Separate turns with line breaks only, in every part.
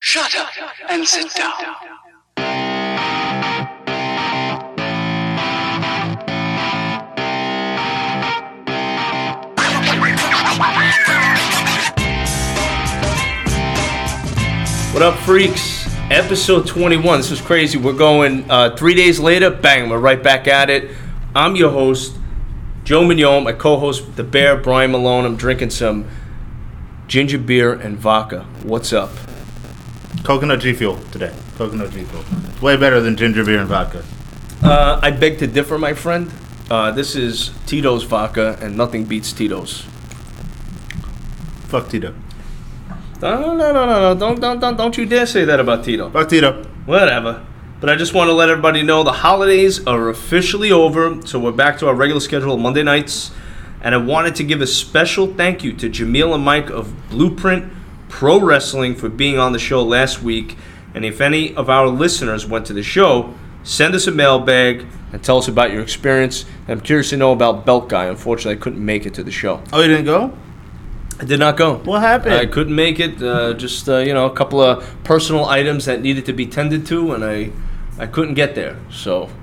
Shut up and sit down.
What up, freaks? Episode 21. This was crazy. We're going uh, three days later. Bang, we're right back at it. I'm your host, Joe Mignon. My co host, The Bear, Brian Malone. I'm drinking some ginger beer and vodka. What's up?
Coconut G Fuel today. Coconut G Fuel. Way better than ginger beer and vodka.
Uh, I beg to differ, my friend. Uh, this is Tito's vodka, and nothing beats Tito's.
Fuck Tito.
No, no, no, no, no. Don't, don't, don't, don't you dare say that about Tito.
Fuck Tito.
Whatever. But I just want to let everybody know the holidays are officially over, so we're back to our regular schedule Monday nights. And I wanted to give a special thank you to Jameel and Mike of Blueprint Pro Wrestling for being on the show last week. And if any of our listeners went to the show, send us a mailbag and tell us about your experience. I'm curious to know about Belt Guy. Unfortunately, I couldn't make it to the show.
Oh, you didn't go?
I did not go.
What happened?
I couldn't make it. Uh, just uh, you know, a couple of personal items that needed to be tended to, and I, I couldn't get there. So
Oh, okay.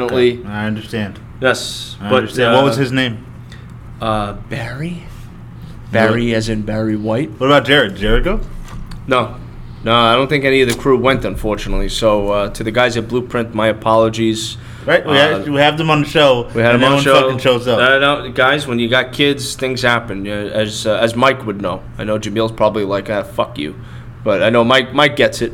unfortunately,
I understand.
yes.
I
but
understand.
uh,
what was his name?
Uh, Barry. Barry, as in Barry White.
What about Jared? Jared go?
No, no, I don't think any of the crew went. Unfortunately, so uh, to the guys at Blueprint, my apologies.
Right? We,
Uh,
had, we have them on the show.
We had
and
him
no
on
one
show.
fucking shows up.
Uh, no, guys, when you got kids, things happen. Yeah, As uh, as Mike would know, I know Jamil's probably like, ah, fuck you, but I know Mike Mike gets it.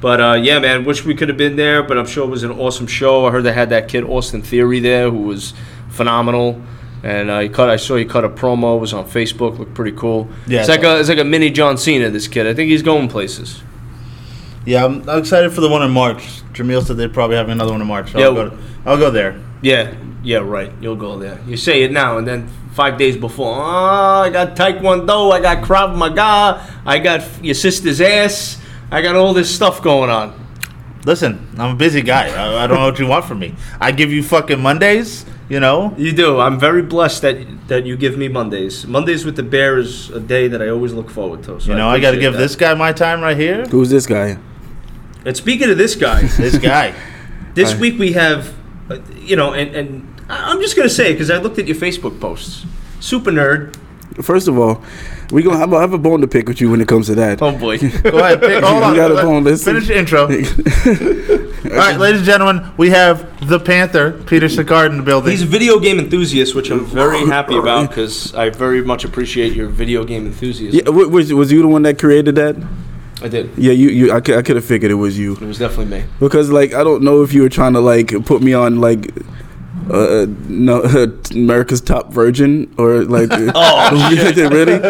But uh, yeah, man, wish we could have been there, but I'm sure it was an awesome show. I heard they had that kid Austin Theory there, who was phenomenal, and uh, he cut. I saw he cut a promo. It was on Facebook, looked pretty cool.
Yeah,
it's
I
like a it's like a mini John Cena. This kid, I think he's going places.
yeah, I'm, I'm excited for the one in March. Jamil said they'd probably have another one in March. So
Yeah,
I'll, go to- I'll go there.
Yeah, yeah, right. You'll go there. You say it now, and then five days before, oh, I got Taekwondo, I got Krav Maga, I got f- your sister's ass, I got all this stuff going on.
Listen, I'm a busy guy. I, I don't know what you want from me. I give you fucking Mondays, you know?
You do. I'm very blessed that that you give me Mondays. Mondays with the Bear is a day that I always look forward to. So
You know, I got to
appreciate
give
that.
this guy my time right here.
Who's this guy?
And speaking of this guy,
This guy.
this week we have, uh, you know, and and I- I'm just gonna say because I looked at your Facebook posts. Super nerd.
First of all, we gonna have, a- have a bone to pick with you when it comes to that.
Oh boy.
Go ahead. Pick, hold on.
You got a
Let-
phone, listen.
Finish the intro. All right, ladies and gentlemen, we have the Panther, Peter Sicard, in the building.
He's a video game enthusiast, which I'm very happy about because I very much appreciate your video game enthusiasm.
Yeah, wa- was, was you the one that created that?
I did.
Yeah, you, you I, could, I could have figured it was you
It was definitely me.
because like I don't know if you were trying to like put me on like uh no America's top virgin or like oh really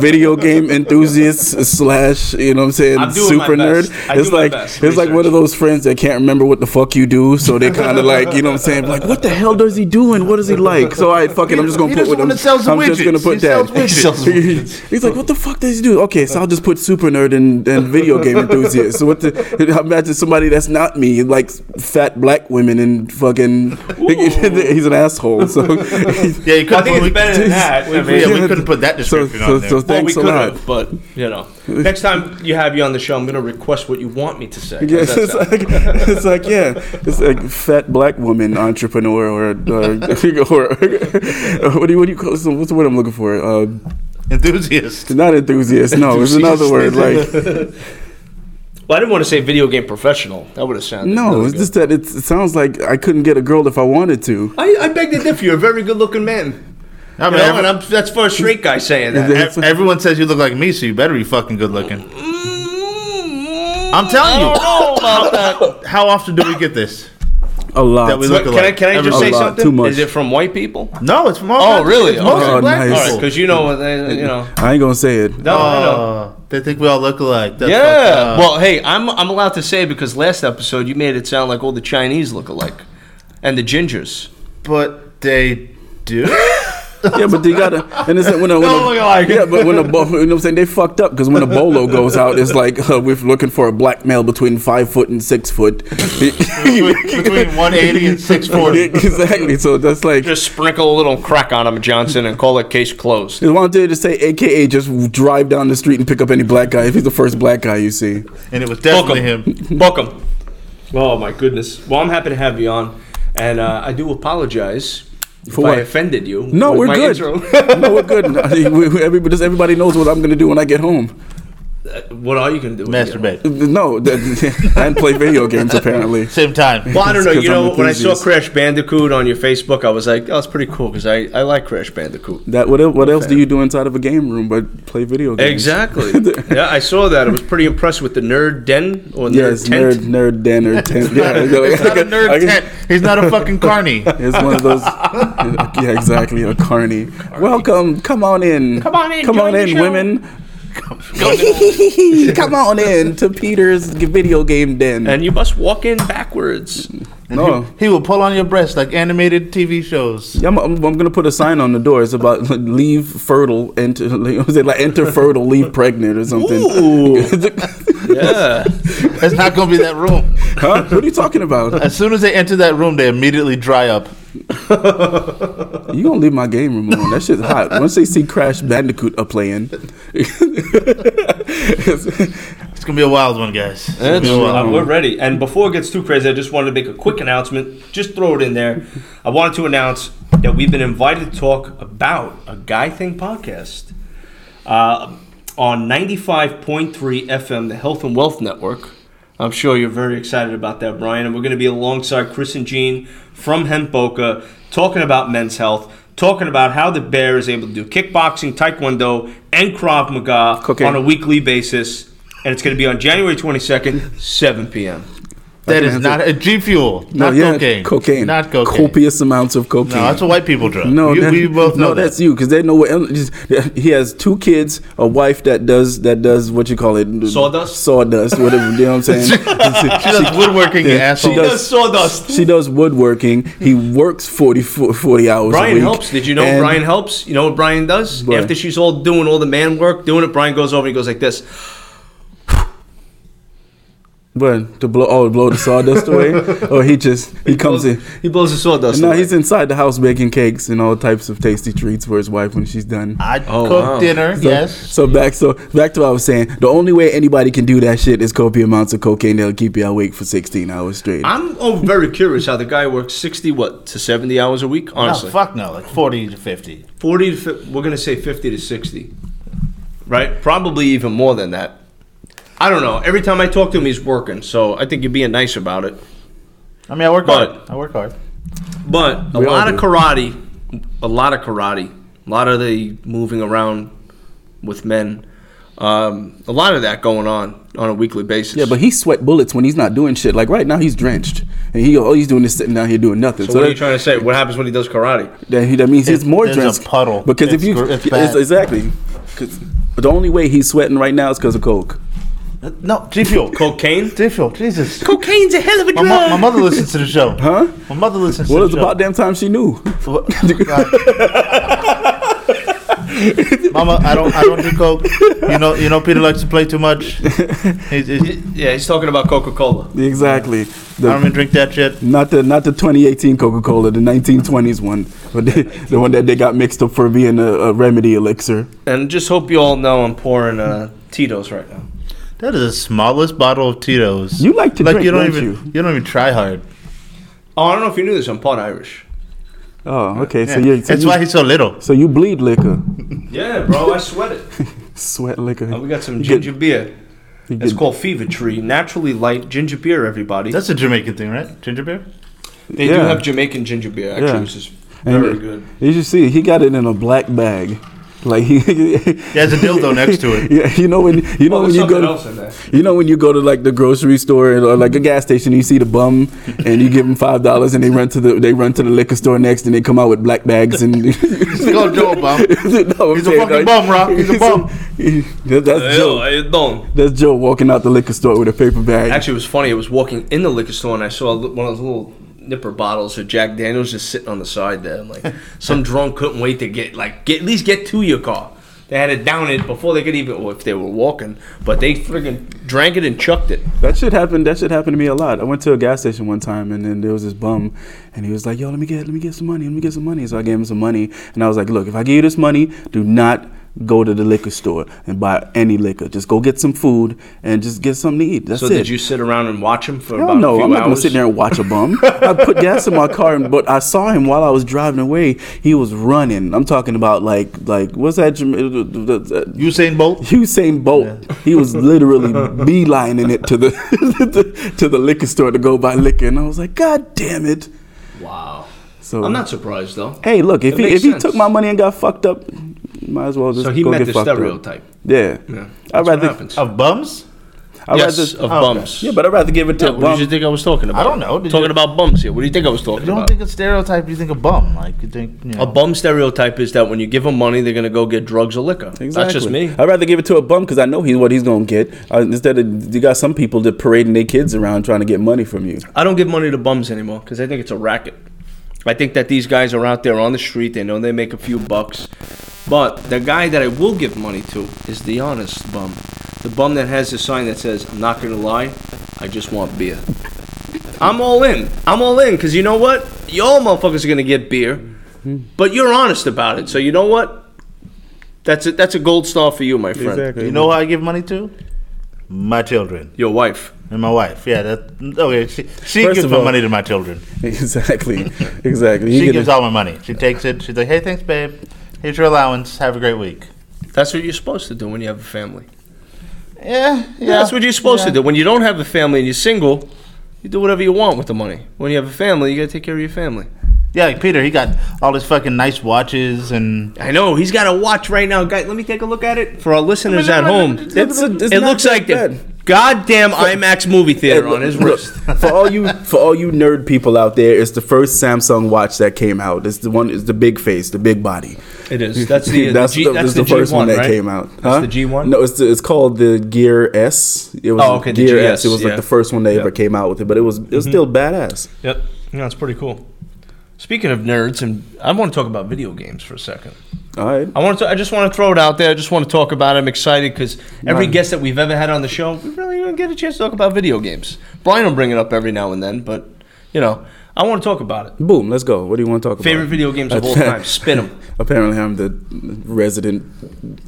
video game enthusiast slash you know what I'm saying
I'm doing my
super
best.
nerd
I
it's
do my
like
best
it's like one of those friends that can't remember what the fuck you do so they kind of like you know what I'm saying like what the hell does he do and what is he like so I fuck it I'm just gonna
He
put
just
what
one
I'm,
that sells
I'm just gonna
widgets.
put
He sells
that
widgets.
He's like, what the fuck does he do? Okay, so I'll just put super nerd and, and video game enthusiast. So what the, imagine somebody that's not me, like fat black women and fucking. he's an asshole. So,
yeah, you couldn't
I think it's
we-
better than that. I
we-
mean-
yeah, we couldn't put that
so,
description
so,
on there.
so thanks
well, we
a lot.
have, but you know, next time you have you on the show, I'm gonna request what you want me to say.
Yes,
How's that
it's
sound?
like, it's like yeah, it's like fat black woman entrepreneur or uh, or what do you what do you call so what's the word I'm looking for? Uh,
Enthusiast.
not enthusiast. No, it's another word. Like
well, I didn't want to say video game professional. That would have sounded
no,
really
it's
good.
just that it's, it sounds like I couldn't get a girl if I wanted to.
I, I beg to differ. You're a very good-looking man.
I
You know,
mean, every-
and I'm, that's for a straight guy saying that.
Is it-
ev- everyone says you look like me, so you better be fucking good looking. I'm telling
I don't
you.
know Oh, about that.
How often do we get this?
A lot.
That we
But
look
can I
alike.
can I just
Everyone-
say
A lot,
something?
too much.
Is it from white people?
No, it's more.
Oh, really?
It's mostly
Oh,
black
nice.
All right,
people.
because you know, uh, you know.
I ain't gonna say it.
No, I know.
Oh, they think we all look alike. That's fucked
Yeah.
up.
Well, hey, I'm I'm allowed to say because last episode you made it sound like all the Chinese look alike, and the gingers.
but they do.
Yeah, but they gotta, and it's like when a, when
Oh
Don't
a-
look alike.
yeah, but when a bo- you know what I'm saying they fucked up because when a bolo goes out, it's like uh, we're looking for a black male between five foot and six foot.
between 180 and 640.
exactly. So that's like
Just sprinkle a little crack on him, Johnson, and call it case closed.
Why don't they just say AKA just drive down the street and pick up any black guy if he's the first black guy you see?
And it was
Book
definitely
him.
him.
Book him. Oh my goodness. Well, I'm happy to have you on, and uh, I do apologize
For
if
what?
I offended you.
No,
with
we're
my
good.
intro.
no, we're good. I mean, we- we- everybody, just everybody knows what I'm gonna do when I get home.
what are you gonna do? when you get home?
Masturbate.
No, that, and play video games apparently.
Same time.
Well, I don't know.
Because
You
I'm
know, when I saw
enthusiast.
Crash Bandicoot on your Facebook, I was like, "Oh, it's pretty cool" because I, I like Crash Bandicoot.
That what? el- What else do you do inside of a game room but play video games?
Exactly. yeah, I saw that. I was pretty impressed with the nerd den or nerd
Yes,
tent.
nerd, nerd, den, or tent. Yeah,
He's not a nerd tent. He's not a fucking carny.
It's one of those. yeah, exactly. A carny. Welcome. Come on in. Come
on in,
Come
join
on
the
in,
show.
women. Come on in to Peter's video game den.
And you must walk in backwards.
no.
He will pull on your breast like animated TV shows.
Yeah, I'm, I'm, I'm gonna put a sign on the door. It's about like, leave fertile, enter like, was it like enter fertile, leave pregnant or something.
Ooh. Yeah.
That's not going to be that room.
huh? What are you talking about?
As soon as they enter that room, they immediately dry up.
You gonna leave my game room alone? That shit's hot. Once they see Crash Bandicoot a playing,
It's going to be a wild one, guys. It's gonna
That's,
be a wild
uh,
um,
one.
we're ready. And before it gets too crazy, I just wanted to make a quick announcement. Just throw it in there. I wanted to announce that we've been invited to talk about a Guy Thing podcast uh, on 95.3 FM, the Health and Wealth Network. I'm sure you're very excited about that, Brian. And we're going to be alongside Chris and Jean from Hempoka talking about men's health, talking about how the bear is able to do kickboxing, taekwondo, and Krav Maga
Cocaine.
on a weekly basis. And it's going to be on January 22nd, 7 p.m.
That is not a G fuel.
no,
Not
yeah,
cocaine.
cocaine,
Not cocaine.
copious amounts of cocaine.
No, that's a white people drug.
No,
You-
that-
we both know
no,
that.
that's you because they know what just- he has. Two kids, a wife that does that does what you call it
Sawdust?
sawdust, whatever. you know what I'm saying?
She does woodworking, you asshole.
she does
sawdust.
She does woodworking. He works 40, 40 hours. a
Brian
week.
helps. Did you know
And-
Brian helps? You know what Brian does?
What?
After she's all doing all the man work, doing it, Brian goes over and he goes like this.
What to blow? Oh, to blow the sawdust away. or he just he comes in.
He blows the sawdust.
No,
away.
he's inside the house baking cakes and all types of tasty treats for his wife when she's done.
I
Oh,
cook
wow.
dinner,
So-
Ah, yes.
So back so back to what I was saying. The only way anybody can do that shit is copious amounts of cocaine that'll keep you awake for sixteen hours straight.
Ah.
I'm oh, very curious how the guy works 60 what to 70 hours a week.
No,
Honestly,
Oh, fuck no, like 40 to 50.
40 to fi- we're gonna say 50 to 60, right? Probably even more than that. I don't know. Every time I talk to him, he's working. So I think you're being nice about it.
I mean, I work
But-
hard. I work hard.
But a
We all
lot of
do.
karate, a lot of karate, a lot of the moving around with men, um, a lot of that going on on a weekly basis.
yeah, but he sweat bullets when he's not doing shit. Like right now, he's drenched, and he all he's doing is sitting down here doing nothing.
so what are you
that-
trying to say? What happens when he does karate?
That, he, that means he's
It-
more
there's a
drenched.
puddle.
Because if
It's
you
gr- it's
yes,
bad.
exactly, 'Cause the only way he's sweating right now is because of coke.
No, G Fuel.
Cocaine?
G Fuel, Jesus.
Cocaine's a hell of a
My, mo- my mother listens to the show.
Huh?
My mother listens
Well,
to
it's
the Oh,
about damn time she knew.
show. What- Mama, I don't, I don't do coke. You know, you know, Peter likes to play too much. He's, he's,
yeah, he's talking about Coca Cola.
Exactly. The-
I don't even drink that shit.
not the not the 2018 Coca-Cola, the 1920s one, but the, the one that they got mixed up for being a, a remedy elixir.
And just hope you all know I'm pouring uh, Tito's right now.
That is the smallest bottle of Tito's.
You like to drink,
you don't
don't
even,
you?
don't even try hard.
Oh, I don't know if you knew this. I'm part Irish.
Oh, okay.
Yeah.
So you so
That's
you,
why he's so little.
so you bleed liquor,
Yeah, bro, I sweat it. Uh,
sweat liquor.
Oh, we got some
You
ginger beer.
you
It's
get-
called Fever Tree, naturally light ginger beer. Everybody,
That's a Jamaican thing, right? Ginger beer.
they do
yeah.
have Jamaican ginger beer actually,
Yeah.
which is
and
very
you-
good.
You should see he got it in a black bag, like he. he
has a dildo next to it.
Yeah, you know when you
Well,
know when
there's
you
something
go to,
else in there.
You know when you go to like the grocery store or like a gas station, you see the bum, and you give them five dollars, and they run to the they run to the liquor store next, and they come out with black bags and.
Let's go, Joe Bum.
No, I'm
He's a
saying,
fucking
like-
bum, Rock. He's a bum.
He- that- that's Joe. That's Joe walking out the liquor store with a paper bag.
Actually, it was funny. I was walking in the liquor store and I saw a li- one of those little nipper bottles of Jack Daniels just sitting on the side there. I'm like, some drunk couldn't wait to get like get at least get to your car. They had to down it before they could even, or if they were walking, but they friggin' drank it and chucked it.
That shit happened. That shit happened to me a lot. I went to a gas station one time, and then there was this bum, and he was like, "Yo, let me get, let me get some money, let me get some money." So I gave him some money, and I was like, "Look, if I give you this money, do not go to the liquor store and buy any liquor. Just go get some food and just get something to eat. That's
So
it."
did you sit around and watch him for
Hell
about a
no,
few
I'm not gonna
hours?
sit there and watch a bum. I put gas in my car, and, but I saw him while I was driving away. He was running. I'm talking about like like what's that? Jama-
Usain Bolt.
Usain Bolt. He was literally beelining it to the to the liquor store to go buy liquor, and I was like, God damn it!
Wow.
So
I'm not surprised though.
Hey, look, if
It
he
makes
if he
sense.
took my money and got fucked up, might as well just
So he
go
met
get
the
fucked
stereotype.
Up. Yeah.
Yeah.
I'd
That's what
rather.
happens.
Of bums?
I'd
yes,
rather.
of
oh, okay.
bums.
yeah, but uh, I'd rather give it to a
What did
bum.
you think I was talking about?
I don't know. Did
talking
you-
about bums here. What do you think I was talking
You don't
about?
think it's stereotype. You think a bum. Like you think. You know.
a bum stereotype is that when you give them money, they're gonna go get drugs or liquor. That's just me.
I'd rather give it to a bum because I know he's what he's gonna get. Uh, instead of you got some people that parading their kids around trying to get money from you.
I don't give money to bums anymore because I think it's a racket. I think that these guys are out there on the street. They know they make a few bucks. But the guy that I will give money to is the honest bum. The bum that has a sign that says, I'm not going to lie, I just want beer. I'm all in. I'm all in because you know what? Y'all motherfuckers are going to get beer. But you're honest about it. So you know what? That's a, that's a gold star for you, my friend.
You know who I give money to? My children
Your wife.
and my wife. Yeah, that okay. She, she
First
gives
of
my
all-
money to my children.
exactly, exactly. You
She
get
gives
a-
all my money. She takes it. She's like, "Hey, thanks, babe. Here's your allowance. Have a great week."
That's what you're supposed to do when you have a family.
Yeah, yeah.
That's what you're supposed to
Yeah.
do. When you don't have a family and you're single, you do whatever you want with the money. When you have a family, you gotta take care of your family.
Yeah, like Peter. He got all his fucking nice watches and
I know he's got a watch right now, guys. Let me take a look at it for our listeners at home.
It's a- it's
it
not
looks
that
like the
bad.
goddamn IMAX movie theater on his
Look,
wrist.
for all you for all you nerd people out there, it's the first Samsung watch that came out. It's the one. It's the big face, the big body.
It is. That's the uh,
that's the,
G,
that's the, first one that came out.
the G1?
No, it's the, it's called the Gear S. It was
Oh, okay, the
Gear
GS,
S. It was
yeah.
like the first one that
Yeah. Mm-hmm.
ever came out with it, but it was it was still badass.
Yep. Yeah, it's pretty cool. Speaking of nerds, and I want to talk about video games for a second.
All right.
I want to. I just want to throw it out there. I just want to talk about it. I'm excited because every guest that we've ever had on the show, we really don't get a chance to talk about video games. Brian will bring it up every now and then, but you know, I want to talk about it.
Boom, let's go. What do you want to talk
Favorite
about?
video games of all time. Spin 'em.
Apparently, I'm the resident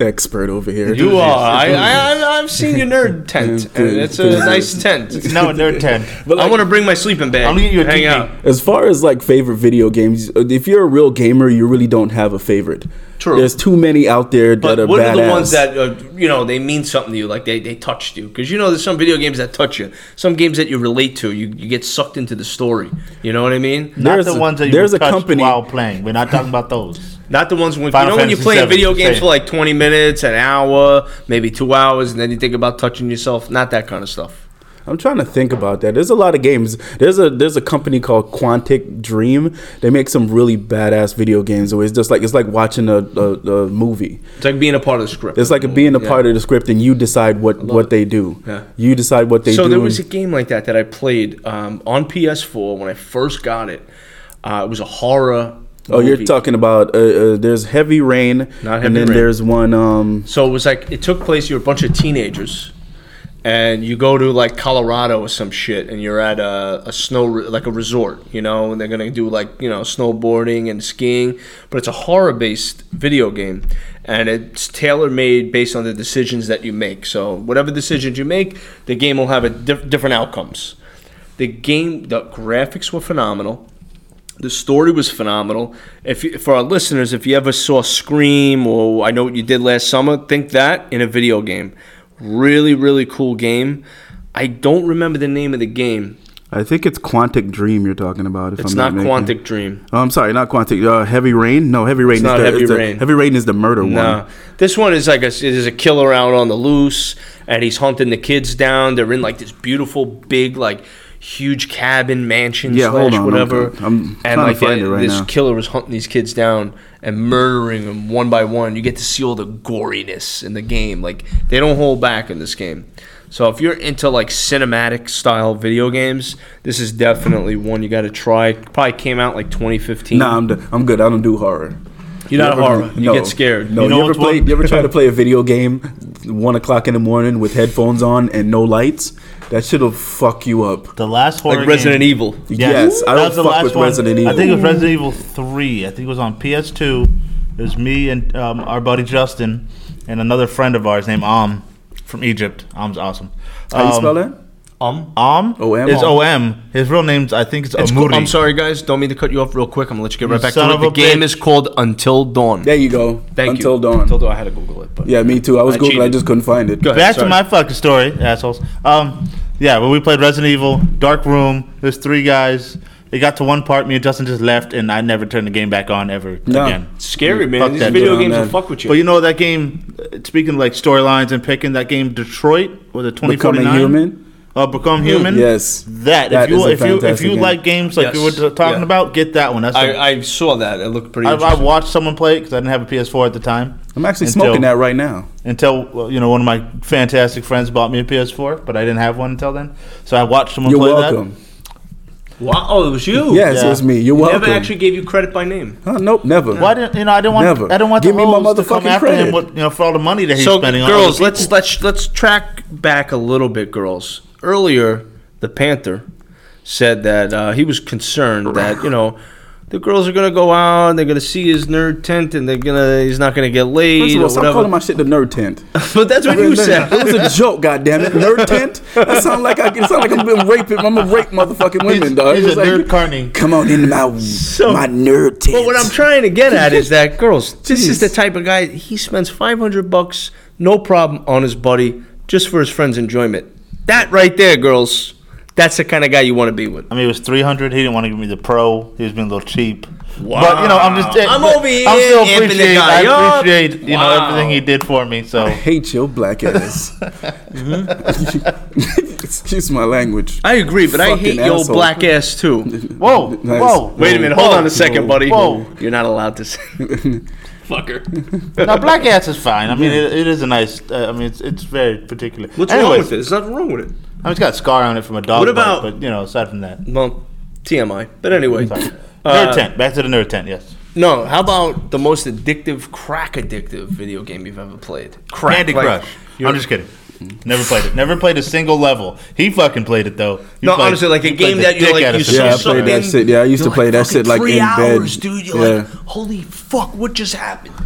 expert over here.
You are. I, I, I, I've seen your nerd tent, and it's a nice tent.
no, they're ten.
But
I
like,
want to bring my sleeping bag.
I'm gonna get you a
Hang
tea
out.
as far as like favorite video games, if you're a real gamer, you really don't have a favorite.
True.
There's too many out there that
But
are
what
badass.
are the ones that uh, you know they mean something to you? Like they, they touched you because you know there's some video games that touch you, some games that you relate to. You you get sucked into the story. You know what I mean?
Not
There's
the
a-
ones that you
there's a
touch
company-
while playing. We're not talking about those.
Not the ones when you
Final
know when you're
Fantasy
playing
VII,
video
same.
games for like 20 minutes, an hour, maybe two hours, and then you think about touching yourself. Not that kind of stuff.
I'm trying to think about that. There's a lot of games. There's a there's a company called Quantic Dream. They make some really badass video games. Where it's just like it's like watching a, a, a movie.
It's like being a part of the script.
It's like being a part of the script, and you decide what what
it.
they do.
Yeah.
You decide what they
So
do.
there was a
and-
game like that that I played um, on PS4 when I first got it. Uh, it was a horror.
Oh, you're
movie.
talking about uh, uh, there's heavy rain,
Not Heavy
and then
Rain.
there's one. Um,
So it was like it took place. You're a bunch of teenagers, and you go to like Colorado or some shit, and you're at a, a snow re- like a resort, you know, and they're gonna do like you know snowboarding and skiing. But it's a horror based video game, and it's tailor made based on the decisions that you make. So whatever decisions you make, the game will have a diff- different outcomes. The game, the graphics were phenomenal. The story was phenomenal. If you, for our listeners, if you ever saw Scream or I Know What You Did Last Summer, think that in a video game. Really, really cool game. I don't remember the name of the game.
I think it's Quantic Dream you're talking about. If
It's
I'm
not
not, mistaken.
Quantic Dream.
Oh, I'm sorry, not Quantic. Uh, heavy rain. No, heavy rain. is
not
the,
Heavy
the-
Rain.
heavy rain is the murder
Nah.
one.
This one is like a, there's a killer out on the loose, and he's hunting the kids down. They're in like this beautiful, big, like huge cabin mansion
Yeah, hold
slash
on, I'm
whatever.
good. I'm trying to find it right
this
now.
killer is hunting these kids down and murdering them one by one. You get to see all the goriness in the game. Like they don't hold back in this game. So if you're into like cinematic style video games, this is definitely one you got to try. Probably came out like 2015.
Nah, I'm, d- I'm good. I don't do horror.
you're not
ever-
a horror. You
no.
get scared.
You
No, you,
know
ever
what's
play?
one-
You ever try to play a video game one o'clock in the morning with headphones on and no lights? That shit'll fuck you up.
The last horror
like Resident
game,
Evil.
Yes, I
that
don't
was the
fuck
last
with Resident
I think it was
Evil.
Resident Evil Three. I think it was on PS2. It was me and um, our buddy Justin and another friend of ours named Om from Egypt. Om's awesome.
How you
Um,
spell that?
Um,
Om.
OM?
It's OM. His real name's I think it's,
it's
Amuri.
co- I'm sorry, guys. Don't mean to cut you off real quick. I'm gonna let you get right back
son
to it.
of
The
a
game
bitch.
is called Until Dawn.
There you go.
Thank
Until
you.
dawn.
Until Dawn. I had to Google it, but
yeah, me too. I was
I
Googling. I
cheated.
just couldn't find it.
Go ahead.
Back
sorry.
to my fucking story, assholes. Um, yeah, when we played Resident Evil, Dark Room, there's three guys. It got to one part, me and Justin just left, and I never turned the game back on ever
No.
again.
Scary man.
Fuck
These
that
video
shit.
games
Nah,
will
man.
fuck with you.
But you know that game. uh, Speaking of like storylines and picking that game, Detroit was it twenty forty
Becoming
nine?
Human?
Uh, become human.
Yes.
That,
That
if you
is a
if you if
fantastic
you
game.
like games like we were
Yes.
t- talking
Yeah.
about, get that one. That's the-
I, I saw that. It looked pretty.
I, I
interesting.
watched someone play it because I didn't have a PS4 at the time.
I'm actually
Until-
smoking that right now.
until well, you know one of my fantastic friends bought me a PS4, but I didn't have one until then. So I watched someone
You're
play
welcome.
Wow, oh, it was you.
Yes,
Yeah.
it's me. You're
They
welcome.
Never actually gave you credit by name.
Huh, nope, never.
that. Why didn't you know? I didn't want.
Never.
I didn't want
Give
the
me my
hoes to come
motherfucking
after him
credit.
with, you know for all the money that he's
so,
spending. on
girls,
other
let's let's let's track back a little bit, girls. Earlier, the Panther said that uh, he was concerned that you know the girls are gonna go out, and they're gonna see his nerd tent, and they're gonna he's not gonna get laid
First of all,
or
stop
whatever.
calling my shit the nerd tent.
but that's what you said.
It was a joke, goddammit. Nerd tent? That sound like I it sound like I'm been raping I'm gonna rape motherfucking women,
He's-
dog.
he's
It's
a
like,
nerd carny.
Come on in my my nerd tent.
But what I'm trying to get at is that girls, this is the type of guy he spends 500 bucks, no problem, on his buddy just for his friend's enjoyment. That right there, girls, that's the kind of guy you want to be with.
I mean, it was three hundred. He didn't want to give me the pro. He was being a little cheap. But you know, I'm just.
I'm over here amping the
appreciate.
guy
I
up.
appreciate you know
Wow.
everything he did for me. So
hate your black ass. Mm-hmm. Excuse my language.
I agree, but I
Fucking
hate your
asshole.
black ass too.
whoa,
Nice.
whoa.
Wait a minute, hold
whoa.
on a second, buddy.
Whoa.
You're not allowed to say Fucker.
Now, black ass is fine. I mean, it, it is a nice. Uh, I mean, it's it's very particular.
What's wrong
Anyways,
with it? There's nothing wrong with it.
I mean, it's got a scar on it from a dog.
What
What
about-
about? but you know, aside from that,
Well, TMI. But anyway.
sorry. nerd
Uh,
tent. Back to the nerd tent. Yes.
No, how about the most addictive, crack addictive video game you've ever played? Crack.
Candy
like-
Crush. I'm just kidding. Never played it. Never played a single level. He fucking played it though. You
No,
played-
honestly, like a
you
game
played
that
the
you're
dick
like,
out of
you
somebody.
Yeah, I played that shit. Yeah, I used to play that shit like in bed. yeah.
holy fuck, what just happened?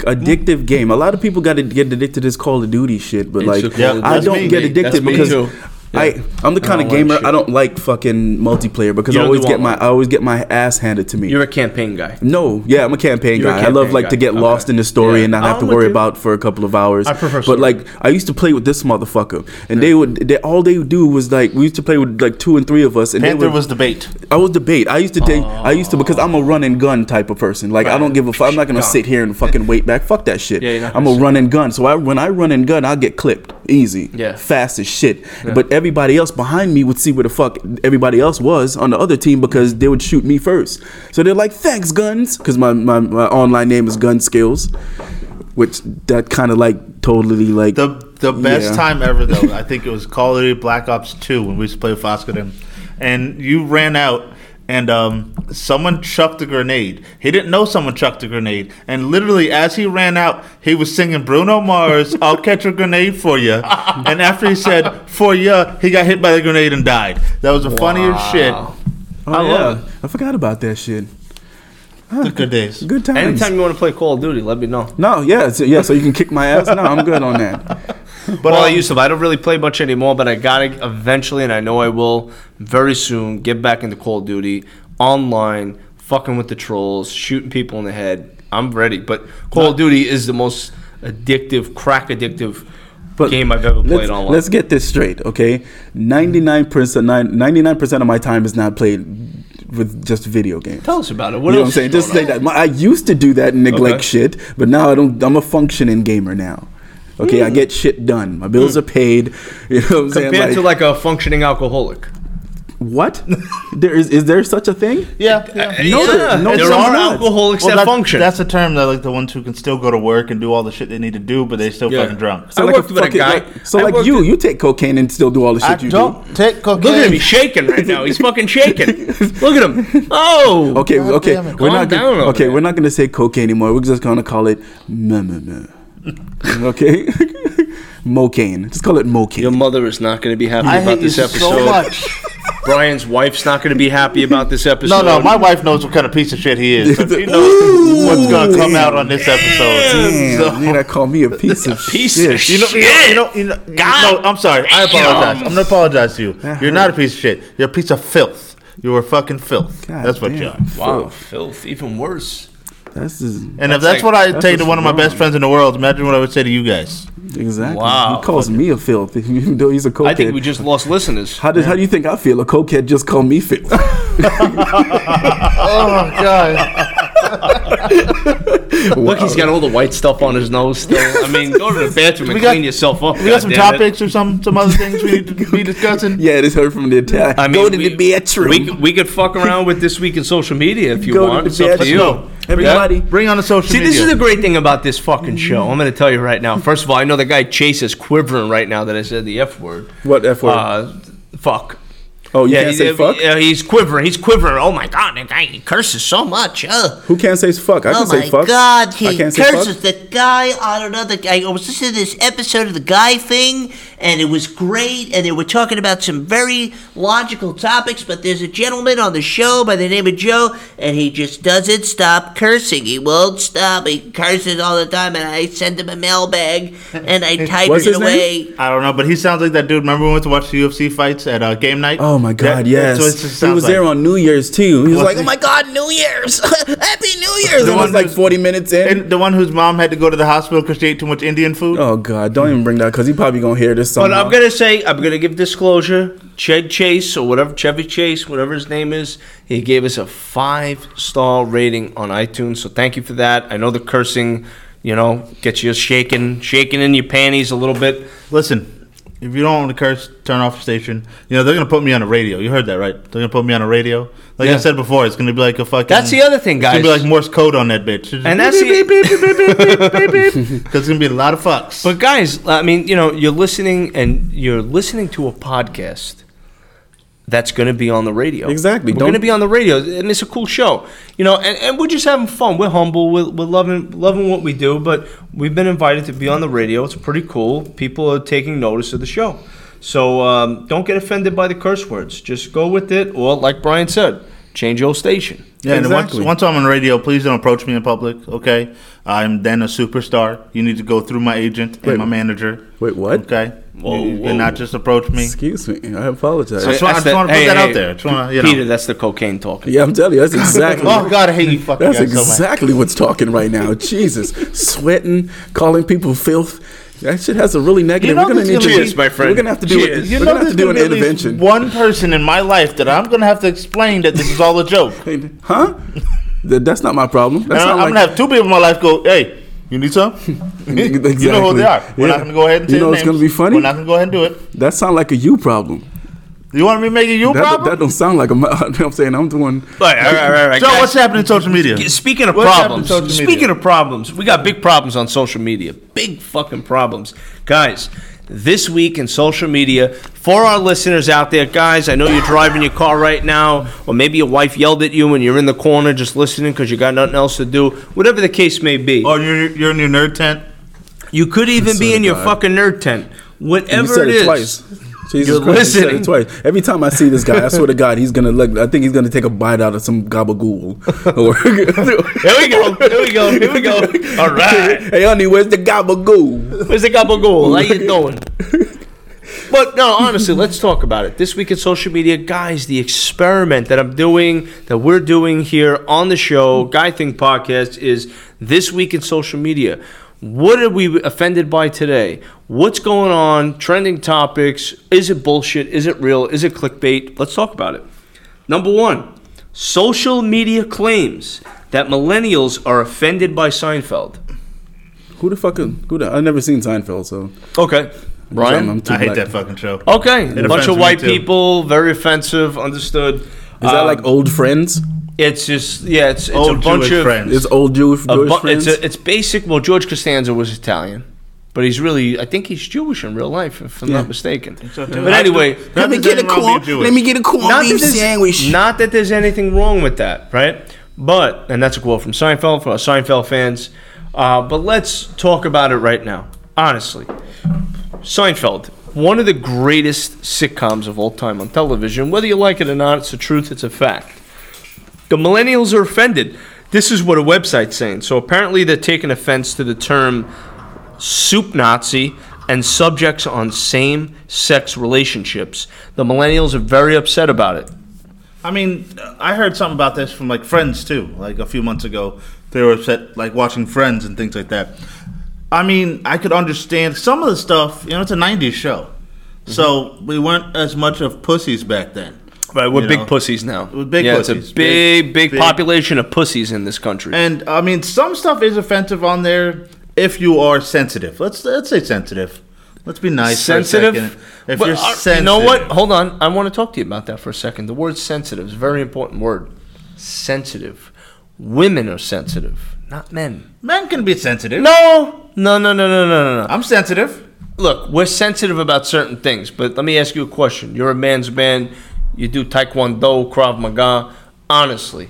addictive game. A lot of people got to get addicted to this Call of Duty shit, but like
a Call of
I
Duty.
don't
That's me.
get
That's
addicted
me
because
too.
I I'm the
don't
kind of
like
gamer
shit.
I don't like fucking multiplayer because
You
I
don't
always
do
get my
online.
I always get my ass handed to me.
You're a campaign guy.
no, yeah, I'm a campaign
You're a
guy. I love
campaign
like
guy.
to get
Okay.
lost in the story
Yeah.
and not have
I'm
to
with
worry
you.
about for a couple of hours.
I prefer
but
story.
like I used to play with this motherfucker, and they would they, all they would do was like we used to play with like two and three of us, and they
Panther
would,
was debate.
I was debate. I used to take. I used to because I'm a run and gun type of person. Like I don't give a fuck. I'm not gonna sit here and fucking wait back. Fuck that shit.
Yeah, you're not
I'm a
gonna sit
run and gun. So I when I run and gun, I get clipped easy.
Yeah.
fast as shit. But everybody else behind me would see where the fuck everybody else was on the other team because they would shoot me first. So they're like, "Thanks, guns," because my, my my online name is Gun Skills, which that kind of like totally like
The the best
Yeah.
time ever though. I think it was Call of Duty Black Ops Two when we used to play with Foscodem, and you ran out. And um, someone chucked a grenade. He didn't know someone chucked a grenade. And literally, as he ran out, he was singing Bruno Mars, I'll catch a grenade for you. And after he said, for ya, he got hit by the grenade and died. That was the funniest shit.
Oh,
I love
yeah. I forgot about that shit.
The good days.
Good times.
Anytime you want to play Call of Duty, let me know.
No, yeah, so, yeah. So you can kick my ass. No, I'm good on that.
But
well, I
um,
used to. but I don't really play much anymore, but I gotta eventually, and I know I will very soon, get back into Call of Duty online, fucking with the trolls, shooting people in the head. I'm ready. But Call of Duty is the most addictive, crack addictive game I've ever played
let's,
online.
Let's get this straight, okay? 99% 99 percent of my time is not played with just video games.
Tell us about it. What
You know what I'm
else is
saying? Just
going
say that. My, I used to do that and neglect
Okay.
shit, but now I don't. I'm a functioning gamer now. Okay, I
Hmm.
get shit done. My bills are paid. You know what I'm saying?
compared to like a functioning alcoholic.
What? there is is there such a thing?
Yeah, Uh, yeah.
No, there- no,
there
some
are
not.
alcoholics
Well,
that
that-
function.
That's a term that like the ones who can still go to work and do all the shit they need to do, but they still fucking drunk.
So
I
like
worked with a
fucking-
guy-
like- so
I
like
worked
you, you take cocaine and still do all the shit
I
you
don't take cocaine.
Look at him. He's shaking right now. He's fucking shaking. Look at him. Oh.
do. Okay,
God
okay,
damn it.
we're
Calm
not
down
gonna,
over
okay.
there.
We're not gonna say cocaine anymore. We're just gonna call it meh-meh-meh. Okay, mocaine. Just call it mocaine.
Your mother is not going to be happy
I
about
hate you
this episode.
so much.
Brian's wife's not going to be happy about this episode.
No, no, my wife knows what kind of piece of shit he is. So she knows what's gonna come out on this episode.
Damn,
So-
you gotta call me a piece of
piece
shit.
of
You know, you know, you know, you know,
God
no, I'm sorry. I apologize. I'm gonna apologize to you. You're not a piece of shit. You're a piece of filth. You are fucking filth.
God
that's what
damn.
you are.
Wow, filth. Even worse.
That's just,
And if
like-
that's what I
that's
say to
what's
one of my best
wrong.
friends in the world, imagine what I would say to you guys.
exactly.
Wow.
He calls me a filth, even though he's a cokehead.
I think we just lost listeners.
how, does, how do you think I feel? A cokehead just called me filth.
Oh god.
Look, he's got all the white stuff on his nose still. I mean, go to the bathroom and
We got-
clean yourself up.
We got some
goddammit.
topics or some some other things we need to be discussing.
yeah, it is heard from the Italian.
I mean,
Go to
we-
the bathroom.
We, could- we could fuck around with this week in social media if you
Go to
want.
the
It's up to
bathroom.
you.
Let's go.
Yeah?
Everybody.
Bring on the social
See,
media.
this is the great thing about this fucking show. I'm going to tell you right now. First of all, I know the guy Chase is quivering right now that I said the F word.
What F word?
Uh, fuck.
oh, you can't
he-
say
uh,
fuck?
yeah, he's quivering. He's quivering. Oh my god, that guy he curses so much. Ugh.
Who can't say fuck? I
Oh
can
my
say fuck.
god,
I
he
can't say
curses
fuck.
the guy. I don't know the guy. I was listening to this episode of the guy thing, and it was great. And they were talking about some very logical topics. But there's a gentleman on the show by the name of Joe, and he just doesn't stop cursing. He won't stop. He curses all the time, and I send him a mailbag, and I type
What's
it
his name?
away.
I don't know, but he sounds like that dude. Remember when we went to watch the UFC fights at uh, game night?
Oh my
That-
god,
that's
yes.
what it just
he
sounds
was
like.
there on New Year's too. He was like,
he-
oh my god, New Year's. Happy New Year's.
The
It was
one
like
who's-
40 minutes in.
And the one whose mom had to go to the hospital because she ate too much Indian food.
oh god, don't even bring that because he probably going to hear this song.
But I'm gonna say I'm gonna give disclosure. Ched Chase or whatever Chevy Chase, whatever his name is, he gave us a five star rating on iTunes. So thank you for that. I know the cursing, you know, gets you shaking, shaking in your panties a little bit.
Listen, if you don't want to curse, turn off the station. You know they're gonna put me on a radio. You heard that, right? They're gonna put me on a radio. Like
Yeah.
I said before, it's gonna be like a fucking.
That's the other thing,
It's
guys.
gonna be like Morse code on that bitch.
and that's the,
because it's gonna be a lot of fucks.
But guys, I mean, you know, you're listening and you're listening to a podcast that's going to be on the radio.
Exactly.
We're
Don't-
going to be on the radio, and it's a cool show. You know, and, and we're just having fun. We're humble. We're, we're loving loving what we do, but we've been invited to be on the radio. It's pretty cool. People are taking notice of the show. So um, don't get offended by the curse words. Just go with it, or like Brian said, change your station.
Yeah,
Exactly.
and once, once I'm on radio, please don't approach me in public, okay? I'm then a superstar. You need to go through my agent and
Wait.
my manager.
Wait, what?
Okay?
Whoa,
you, you
whoa.
not just approach me.
Excuse me. I apologize.
So- just wa- I
That's
just wanna put
hey,
that out
hey,
there. Just wanna, you know.
Peter, that's the cocaine talking.
yeah, I'm telling you, that's exactly.
Oh, God, I hate you fucking
That's
guys so much.
exactly what's talking right now. Jesus, sweating, calling people filth. That shit has a really negative.
You know
we're gonna
this
need
is gonna
to-
Cheers,
my friend.
We're gonna have to do.
Cheers.
It.
You
We're
know
gonna have
there's
to do
gonna
an
be at least
intervention.
one person in my life that I'm going to have to explain that this is all a joke. And
Huh? Th- That's not my problem. That's
I'm
not
going to have two people in my life go, hey, you need some? You know who
Exactly.
they are. We're
Yeah.
not going to go ahead and
You
say their
know what's gonna
names.
be funny?
We're not going to go ahead and do it.
that sound like a you problem.
You want me making you a
That,
problem?
that don't sound like a. my- You know what I'm saying I'm doing.
All right, all right, all right, all right,
Joe,
guys.
what's happening in social media?
Yeah, Speaking of
What's happening
problems,
to social media?
speaking of problems, we got big problems on social media. Big fucking problems. Guys, this week in social media, for our listeners out there, guys, I know you're driving your car right now, or maybe your wife yelled at you and you're in the corner just listening because you got nothing else to do, whatever the case may be.
Or Oh, you're, you're in your nerd tent?
you could even be
Swear
in
to
your
God.
fucking nerd tent. Whatever
You said
it
it,
is.
twice. Jesus
You're
Christ, you said
listening.
it twice. Every time I see this guy, I swear to God, he's gonna look. I think he's gonna take a bite out of some gabagool. Or
Here we go. Here we go. Here we go. All right.
hey, honey, where's the gabagool?
Where's the gabagool? How you doing? But no, honestly, let's talk about it. This week in social media, guys, the experiment that I'm doing, that we're doing here on the show, Guy Think Podcast, is this week in social media. What are we offended by today? What's going on? Trending topics? Is it bullshit? Is it real? Is it clickbait? Let's talk about it. Number one, social media claims that millennials are offended by Seinfeld.
Who the fuck? Is, who the? I've never seen Seinfeld, so
Okay. Brian?
Something I'm too
I hate
black.
that fucking show.
Okay, a bunch
offends
of
me
white
too.
people, very offensive. Understood. Is
Is that
Um,
like old friends?
It's just yeah. It's it's
Old
a bunch
Jewish
of
friends.
It's old Jewish,
a
Jewish
bu-
friends.
it's a, it's basic. Well, George Costanza was Italian, but he's really I think he's Jewish in real life, if I'm
Yeah.
not mistaken.
too.
But anyway,
let me get a corn. Let me get a corn
not that,
beef
there's,
sandwich.
not that there's anything wrong with that, right? But and that's a quote from Seinfeld for our Seinfeld fans. Uh, but let's talk about it right now, honestly. Seinfeld, one of the greatest sitcoms of all time on television. Whether you like it or not, it's the truth. It's a fact. The millennials are offended. This is what a website's saying. So apparently they're taking offense to the term soup Nazi and subjects on same sex relationships. The millennials are very upset about it.
I mean, I heard something about this from like Friends too, like a few months ago. They were upset, like watching Friends and things like that. I mean, I could understand some of the stuff. You know, it's a '90s show,
Mm-hmm.
so we weren't as much of pussies back then.
Right, we're
You
big
know?
pussies now.
We're big
yeah, it's
pussies.
a big,
Big,
big,
big-
population of pussies in this country.
And I mean, some stuff is offensive on there if you are sensitive. Let's let's say sensitive. Let's be nice.
sensitive.
For a second. If
But,
you're
uh,
sensitive,
You know what? Hold on. I want to talk to you about that for a second. The word sensitive is a very important word. Sensitive. Women are sensitive, not men.
Men can be sensitive.
No, no, no, no, no, no, no, no.
I'm sensitive.
Look, we're sensitive about certain things, but let me ask you a question. You're a man's man. You do Taekwondo, Krav Maga. Honestly,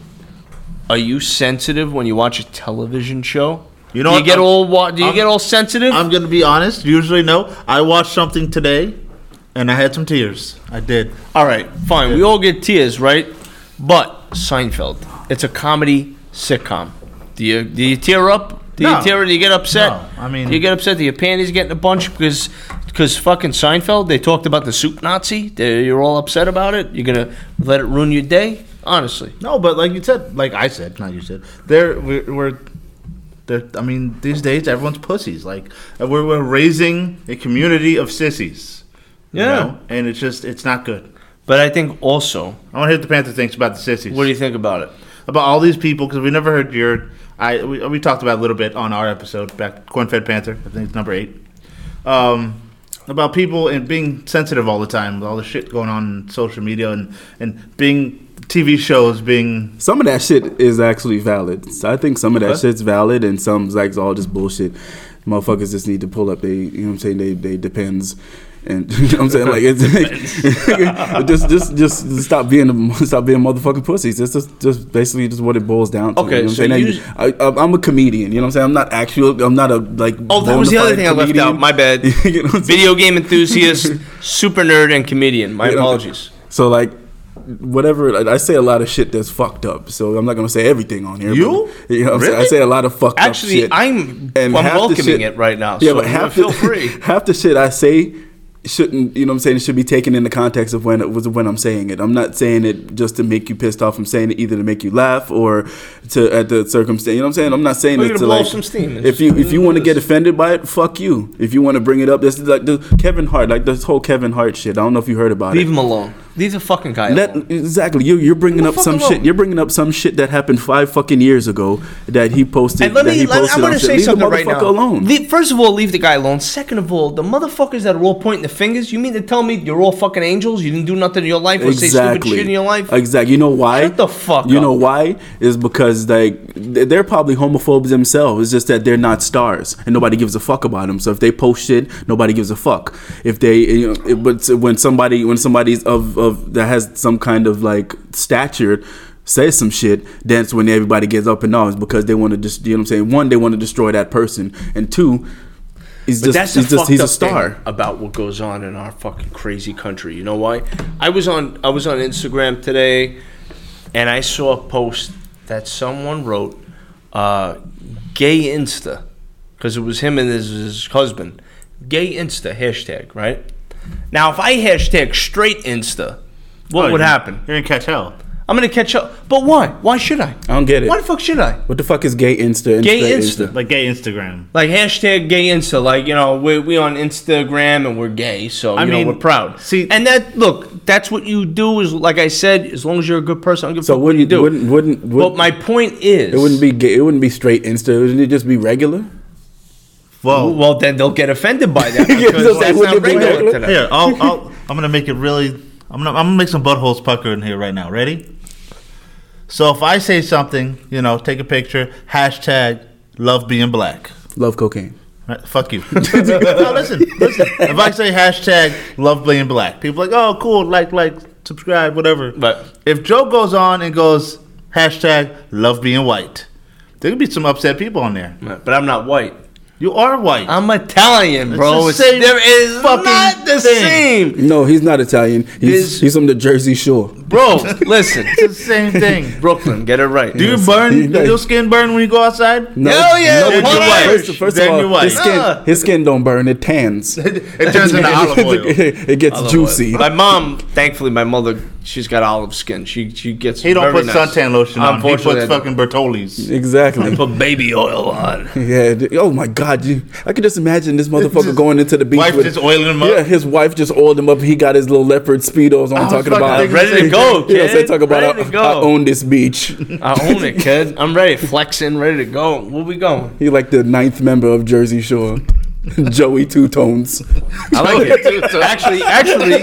are you sensitive when you watch a television show?
You know
do you
what?
get
I'm-
all wa- do you
I'm-
get all sensitive?
I'm gonna be honest. Usually, no. I watched something today, and I had some tears. I did.
All right, fine. We all get tears, right? But Seinfeld, it's a comedy sitcom. Do you do you tear up? Do
No.
you tear? Do you get upset?
No, I mean-
do you get upset? Do your panties get in a bunch because because fucking Seinfeld? They talked about the soup Nazi. They, you're all upset about it. You're gonna let it ruin your day, honestly.
No, but like you said, like I said, not you said. There, we're, we're there. I mean, these days everyone's pussies. Like uh, we're, we're raising a community of sissies. you
Yeah.
know? and it's just it's not good.
But I think also,
I want to hear what the Panther thinks about the sissies.
what do you think about it?
about all these people because we never heard your. I we, we talked about it a little bit on our episode back corn-fed panther. I think it's number eight. Um, about people and being sensitive all the time with all the shit going on in social media and and being TV shows being
Some of that shit is actually valid. So I think some of that
Okay.
shit's valid, and some's like all just bullshit. Motherfuckers just need to pull up. They, you know, what I'm saying they, they depends, and you know, what I'm saying like it's just, just, just stop being a, stop being motherfucking pussies. It's just, just basically just what it boils down to.
Okay,
you know what
so
I'm saying?
you-
I, I, I'm a comedian. You know what I'm saying? I'm not actual. I'm not a like.
Oh, that was the other thing I left out. My bad.
You know what I'm saying?
Video game enthusiast, super nerd, and comedian. My
You know?
apologies.
So like, whatever I I say a lot of shit that's fucked up. So I'm not gonna say everything on here.
You?
but, you know, what I'm saying? I
Really?
say a lot of fucked
Actually,
up shit.
I'm- I'm
half the
welcoming it right now, so feel free.
half the shit I say shouldn't you know what I'm saying it should be taken in the context of when it was when I'm saying it. I'm not saying it just to make you pissed off. I'm saying it either to make you laugh or to at the circumstance. You know what I'm saying? I'm not saying
We're
it
gonna
to
blow
like
some steam.
if you if you want to get offended by it, fuck you. If you want to bring it up, this is like the Kevin Hart, like this whole Kevin Hart shit. I don't know if you heard about it.
Leave him alone. Leave the fucking guy
Let,
alone.
exactly. You, you're bringing
Well,
up
fuck
some
him
shit.
up.
You're bringing up some shit that happened five fucking years ago that he posted.
And let
that
me.
he
Let,
posted
I'm going to
on shit.
say
Leave
something
the
right
motherfucker
now.
Alone.
Le- first of all, leave the guy alone. Second of all, the motherfuckers that are all pointing the fingers. You mean to tell me you're all fucking angels? You didn't do nothing in your life or say stupid
exactly.
shit in your life?
Exactly. You know why?
Shut the fuck
You
up.
know why? Is because like th- they're probably homophobes themselves. It's just that they're not stars and nobody gives a fuck about them. So if they post shit, nobody gives a fuck. If they, you know, it, but when somebody when somebody's of of that has some kind of like stature. Says some shit, that's when everybody gets up in arms because they want to just, you know what I'm saying? One, they want to destroy that person, and two, he's
But
just,
that's
he's,
the
just
fucked
he's a
up thing
star.
about what goes on in our fucking crazy country. You know why? I was on I was on Instagram today, and I saw a post that someone wrote, uh, "Gay Insta," because it was him and his, his husband. Gay Insta hashtag right. Now, if I hashtag straight Insta, what
Oh,
would happen?
You're gonna catch hell.
I'm gonna catch up. But why? Why should I?
I don't get it.
Why the fuck should I?
What the fuck is gay Insta? and
Gay
straight
Insta.
Like gay Instagram.
Like hashtag gay insta, like you know we we on Instagram and we're gay, so I
I
you mean
mean,
know, we're proud.
see-
and that look, that's what you do is like I said, as long as you're a good person, I don't give a
So
fuck what you
wouldn't
do.
wouldn't wouldn't
but my point is,
It wouldn't be gay. It wouldn't be straight Insta. Wouldn't it just be regular?
Whoa.
Well, then they'll get offended by that
Yeah,
because
that's
that's
what
not
they do.
regular to them.
Here, I'll, I'll, I'm gonna make it really. I'm gonna, I'm gonna make some buttholes pucker in here right now. Ready? So if I say something, you know, take a picture. Hashtag love being black.
Love cocaine.
Right, fuck you. no, listen, listen. If I say hashtag love being black, people are like, oh, cool, like, like, subscribe, whatever.
Right.
if Joe goes on and goes hashtag love being white, there could be some upset people on there.
But I'm not white.
You are white.
I'm Italian, bro.
It's
It's
the same
there is
fucking
not the
thing.
same,
No, he's not Italian. He's,
Is-
he's from the Jersey Shore.
Bro, listen.
it's the same thing.
Brooklyn, get it right.
Do you burn? Do your skin burn when you go outside?
No,
Hell yeah,
no,
then
no,
you're
no,
white.
First, first
Then
of
you're
all,
white. Ah.
his skin,
Nah.
his skin don't burn. It tans.
It turns into olive oil.
it gets juicy.
My mom, thankfully, my mother, she's got olive skin. She she gets.
He don't
very
put
nice.
suntan lotion on. He
Unfortunately,
puts
I don't.
fucking Bertolli's.
Exactly.
put baby oil on.
Yeah. d- Oh my God. You, I could just imagine this motherfucker going into the beach
Wife
with
just oiling him up. Oh,
Yeah, his wife just oiled him up. He got his little leopard speedos on.
was
Talking
fucking
about
thinking Ready to
go,
You know, say
kid.
talk about
Ready to
I,
go.
I own this beach.
I own it, kid. I'm ready, flexing, ready to go. Where we going?
He like the ninth member of Jersey Shore, Joey Two Tones.
I like it. actually, actually,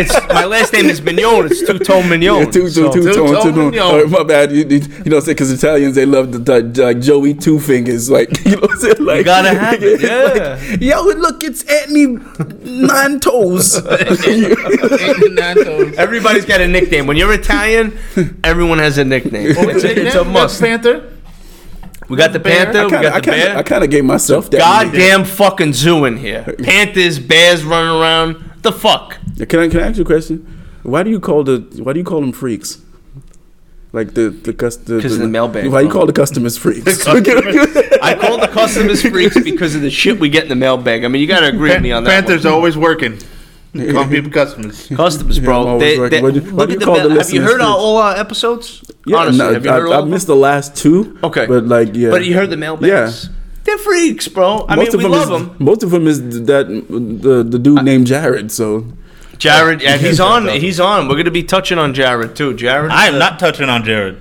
it's my last name is Mignon. It's two tone Mignon.
Yeah, two, two,
so-
two,
Two-Tone
tone, two, tone.
and yo.
Oh, my bad. You, you, you know, because Italians they love the, the like Joey Two Fingers. Like you know, what I'm saying? like
gotta have it, yeah.
Like, Yo, look, it's Anthony Nine Toes.
Everybody's got a nickname. When you're Italian, everyone has a nickname. It's, it's a must.
Panther.
We got the panther. We got the bear.
I kind of gave myself that. nickname.
goddamn fucking zoo in here. Panthers, bears running around. The fuck?
Can I can I ask you a question? Why do you call the Why do you call them freaks? Like the the customer.
'Cause of the mailbag,
Why you
bro.
call the customers freaks?
I call the customers freaks because of the shit we get in the mailbag. I mean, you gotta agree with me on that.
Panthers
one.
always working. Calling people customers.
customers,
Yeah, I'm
bro.
always
They,
right.
they,
What do-
look
what do you
at the
call
mail-
the
Have you
listeners
heard our, all our episodes?
Yeah,
Honestly,
no,
have you
I,
heard all
I
of them?
missed the last two.
Okay.
but like yeah.
But you heard the mailbags.
Yeah.
They're freaks, bro. I mean, we
them
love
is,
them.
Most of them is that the the dude named Jared. So
Jared, yeah, he's on. He's on. We're gonna be touching on Jared too. Jared,
I am not touching on Jared.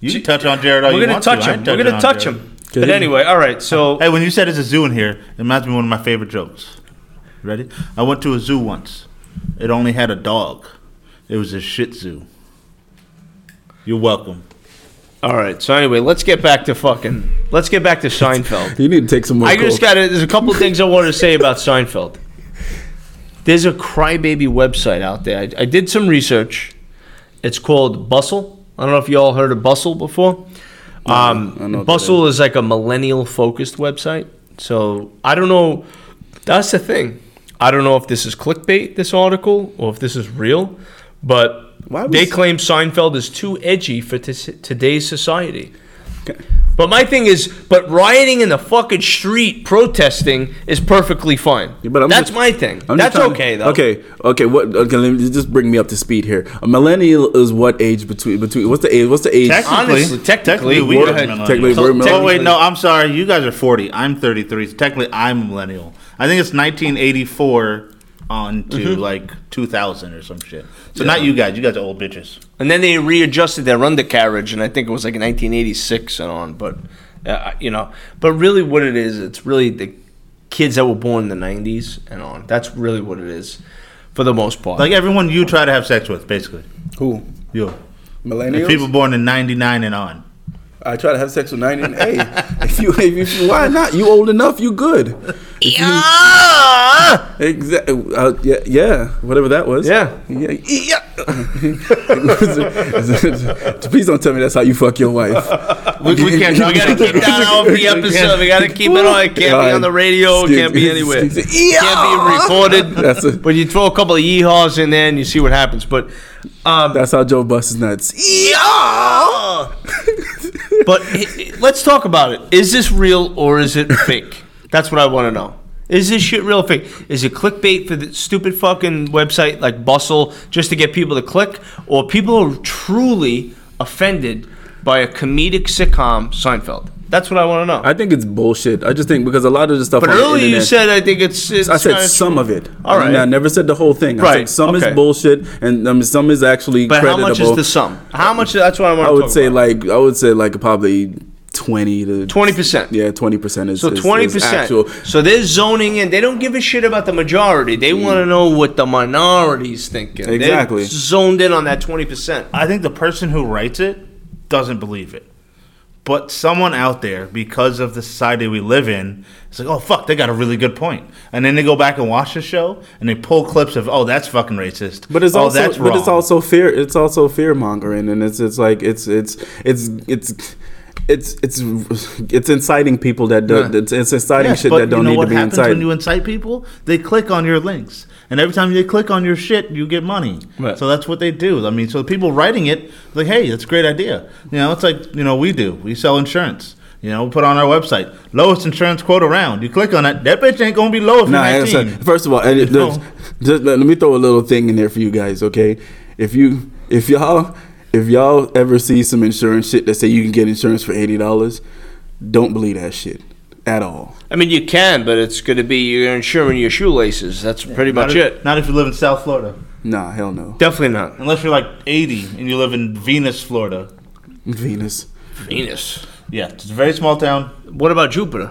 You can touch on Jared all
we're
you
gonna
want
touch
to. I
him.
ain't
We're
touching
gonna
on
touch
Jared.
him. But anyway, all right. So
Hey, when you said it's a zoo in here, it reminds me of one of my favorite jokes. Ready? I went to a zoo once. It only had a dog. It was a shih tzu. You're welcome.
All right. So anyway, let's get back to fucking. Let's get back to Seinfeld.
you need to take some more.
I just
coke.
got. to There's a couple things I want to say about Seinfeld. There's a crybaby website out there. I, I did some research. It's called Bustle. I don't know if you all heard of Bustle before.
I know
Um,
what
Bustle is like a millennial focused website. So I don't know. That's the thing. I don't know if this is clickbait, this article, or if this is real, but
Why
they
was-
claim Seinfeld is too edgy for t- today's society. But my thing is, but rioting in the fucking street protesting is perfectly fine.
Yeah, but I'm
That's
just-
my thing.
I'm just
That's
trying-
okay though.
Okay, okay. What? Okay, let me just bring me up to speed here. A millennial is what age between between? What's the age? What's the age?
Honestly, technically,
we
go
are
ahead.
millennials.
Technically, we're
Oh
millennials.
wait, no, I'm sorry. You guys are 40. I'm 33. So technically, I'm a millennial. I think it's 1984 on to like 2000 or some shit. So not you guys. You guys are old bitches.
And then they readjusted their undercarriage, and I think it was like 1986 and on. But uh, you know, but really, what it is, it's really the kids that were born in the 90s and on. That's really what it is, for the most part.
Like everyone you try to have sex with, basically.
Who?
You.
Millennials.
People born in 99 and on.
I try to have sex with 90. And, hey, if you, if you, why not? You old enough. You good.
yeah.
Exactly. Uh, yeah, yeah. Whatever that was.
Yeah.
Yeah. yeah. Please don't tell me that's how you fuck your wife.
We, we can't. We gotta keep that off the episode. We gotta keep it on. It can't be on the radio. It can't be anywhere. It can't be recorded.
That's a-
But you throw a couple of yeehaws in there, and you see what happens. But um,
That's how Joe busts his nuts.
Yeah. but i- i- let's talk about it. Is this real or is it fake? That's what I want to know. Is this shit real or fake? Is it clickbait for the stupid fucking website like Bustle just to get people to click, or people are truly offended by a comedic sitcom Seinfeld? That's what I want to know.
I think it's bullshit. I just think because a lot of the stuff.
but
on the
earlier you
internet-
said I think it's. it's
I said
kinda
some of it.
All right.
I never said the whole thing. I
Right,
said some
okay.
is bullshit, and I mean, some is actually
But how
creditable.
much is the sum? How much? That's what I want.
I
to
would
talk
say
about.
like I would say like probably twenty to
20%.
Yeah, twenty percent is
So
is- is
twenty percent.
actual.
So they're zoning in. They don't give a shit about the majority. They want to know what the minorities thinking. They're
Exactly.
zoned in on that twenty percent.
I think the person who writes it doesn't believe it. But someone out there, because of the society we live in, it's like, oh fuck, they got a really good point. And then they go back and watch the show and they pull clips of, oh, that's fucking racist.
But it's
oh,
also but it's also fear it's also fear mongering and it's it's like it's it's it's it's it's it's it's inciting people that do,
Yeah.
it's, it's inciting
Yes,
shit
but
that don't
you know
need
what
to be
happens
incited.
when you incite people? They click on your links, and every time they click on your shit, you get money.
Right.
So that's what they do. I mean, so the people writing it, like, hey, that's a great idea. You know, it's like you know we do. We sell insurance. You know, we put on our website lowest insurance quote around. You click on that, that bitch ain't gonna be low if
Nah,
you're
it's
19.
a- first of all, and it-
No.
just- just let, let me throw a little thing in there for you guys, okay? If you if y'all if y'all ever see some insurance shit that say you can get insurance for eighty dollars, don't believe that shit at all.
I mean, you can, but it's going to be you're insuring your shoelaces. That's pretty
not
much
if,
it.
Not if you live in South Florida,
Nah, hell no.
Definitely not
unless you're like 80 and you live in Venus, Florida.
Venus.
Venus.
Yeah, it's a very small town.
What about Jupiter?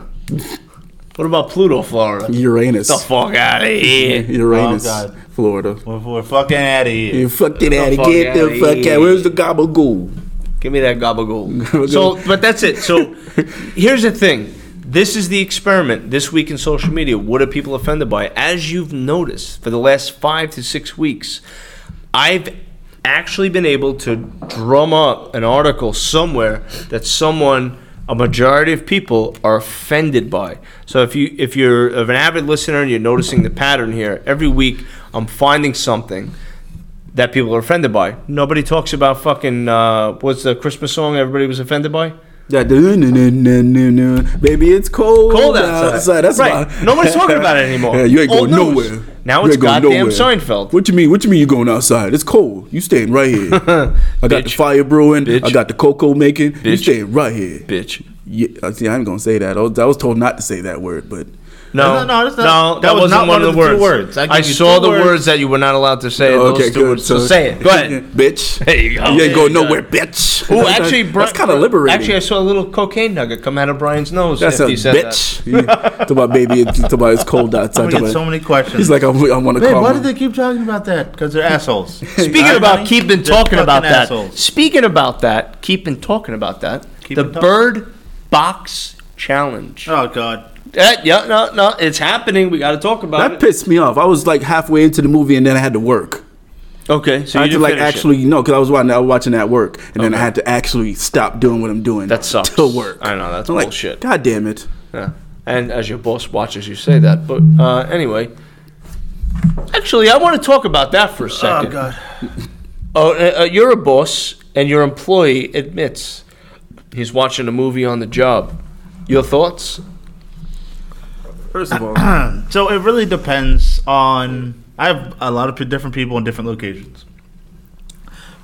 What about Pluto, Florida?
Uranus.
The fuck out of here.
Uranus.
Oh, God.
Florida.
We're, we're fucking out of here.
You fucked it out.
fuck
Get the
outta
fuck
here.
out. Where's the gabagool?
Give me that gabagool. so, but that's it. So, here's the thing. This is the experiment this week in social media. What are people offended by? As you've noticed for the last five to six weeks, I've actually been able to drum up an article somewhere that someone, a majority of people, are offended by. So if you if you're of an avid listener and you're noticing the pattern here, every week I'm finding something that people are offended by. Nobody talks about fucking uh, what's the Christmas song everybody was offended by?
That dun- dun- dun- dun- dun- dun. Baby, it's cold,
Cold outside.
That's
Right.
why-
Nobody's talking about it anymore.
Yeah, you ain't
Old
going
news.
nowhere.
Now
You
it's
ain't going
goddamn Seinfeld.
What you mean? What you mean? You going outside? It's cold. You staying right here. I got the
Bitch.
fire brewing. I
Bitch.
got the cocoa making. You
Bitch.
staying right here.
Bitch.
Yeah, I see, I ain't gonna say that. I was, I was told not to say that word, but
No,
No, no, that's not-
no, that, was not one of the
two
words.
words. I
I,
gave you
saw
two
the
words.
words. that you were not allowed to say. those two words. So, say it. Go ahead.
bitch.
There you go. There
You ain't
you
going
go.
nowhere, bitch.
Ooh, actually, Bri-
that's kind of liberating.
Actually, I saw a little cocaine nugget come out of Brian's nose.
That's
after
a
he said that.
bitch. Yeah. Talk about baby. Talk about it's cold outside.
We
Talk
get
about-
so many questions.
He's like, I, want to
Man,
call.
why
my-
did they keep talking about that? Because they're assholes.
Speaking
Alright,
about
honey?
keeping
They're
talking about
fucking
that.
assholes.
Speaking about that. Keeping talking about that.
Keep
the
it talking.
bird box challenge.
Oh God.
Eh, yeah, no, no, it's happening. We got to talk about
That
it.
pissed me off. I was like halfway into the movie and then I had to work.
okay, so you
I had to
didn't
like
finish it.
actually no, because I was watching I was watching at work and then I
Okay.
had to actually stop doing what I'm doing.
That sucks.
To work.
I know, that's
I'm like,
bullshit.
God damn it.
Yeah. And as your boss watches you say that, but uh, anyway, actually, I want to talk about that for a second. Oh, uh, uh, you're a boss, and your employee admits he's watching a movie on the job. Your thoughts?
First of all,
So it really depends on. I have a lot of p- different people in different locations.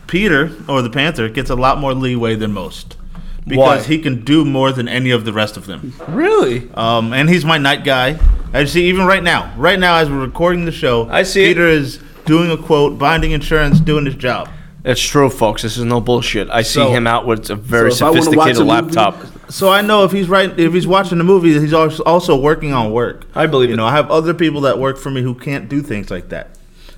Peter or the Panther gets a lot more leeway than most because
Why?
he can do more than any of the rest of them.
Really?
Um, and he's my night guy. I see. Even right now, right now as we're recording the show,
I see it.
Peter is doing a quote, binding insurance, doing his job.
It's true, folks. This is no bullshit. I see
So-
him out with a very
so if I wanna watch
sophisticated
a movie-
laptop.
So I know if he's right, if he's watching the movie, he's als- also working on work.
I believe
you
it.
know. I have other people that work for me who can't do things like that.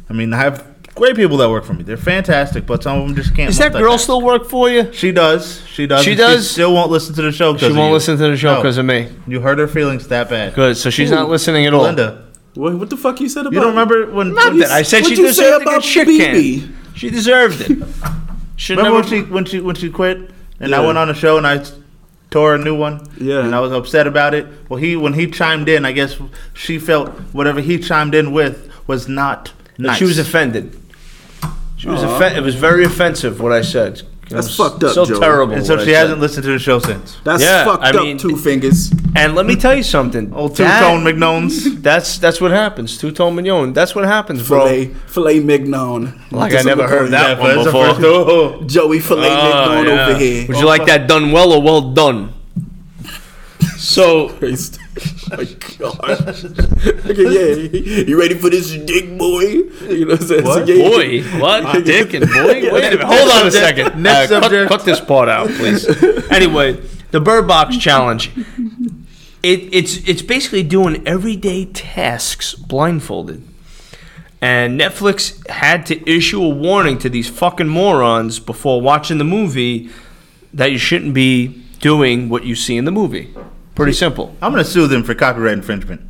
I mean, I have great people that work for me. They're fantastic, but some of them just can't.
Does that
multitask.
girl still work for you?
She does. She does.
She
and
does?
She still won't listen to the show. 'cause
She
of
won't
you.
listen to the show
No.
because of me.
You hurt her feelings that bad.
Good. So she's not listening at all.
Linda.
what, what the fuck you said about
You don't remember when?
Oh. Not
when-
that I said
What'd
she
you say
deserved to
about
get shit
BB?
canned. She deserved it. Should
Remember
never.
when she when she when she quit, and I
Yeah.
went on a show and I tore a new one.
Yeah.
and I was upset about it. Well, he when he chimed in, I guess she felt whatever he chimed in with was not nice.
She was offended. She was offended. It was very offensive what I said. It
That's
was
fucked up,
So
Joe.
terrible.
and so
what I
she
said.
hasn't listened to the show since.
That's
Yeah,
fucked
I
up
mean-
two fingers.
And let me tell you something.
Old two
That-
tone McNones.
That's that's what happens. Two tone mignon. That's what happens, bro.
Filet filet mignon.
Like I never heard that
but
one
it's the
before.
first- oh.
Joey filet
Oh,
mignon
yeah.
over here.
Would you like that done well or well done? So
Christ. Oh my God. okay, yeah. You ready for this dick boy? You know what I'm saying?
What?
yeah,
boy, what? Dick and boy? Wait a minute. Hold on a second.
Next
Uh, cut,
subject.
cut this part out, please. Anyway, the Bird Box Challenge. It, it's it's basically doing everyday tasks blindfolded. And Netflix had to issue a warning to these fucking morons before watching the movie that you shouldn't be doing what you see in the movie. Pretty simple.
I'm gonna sue them for copyright infringement.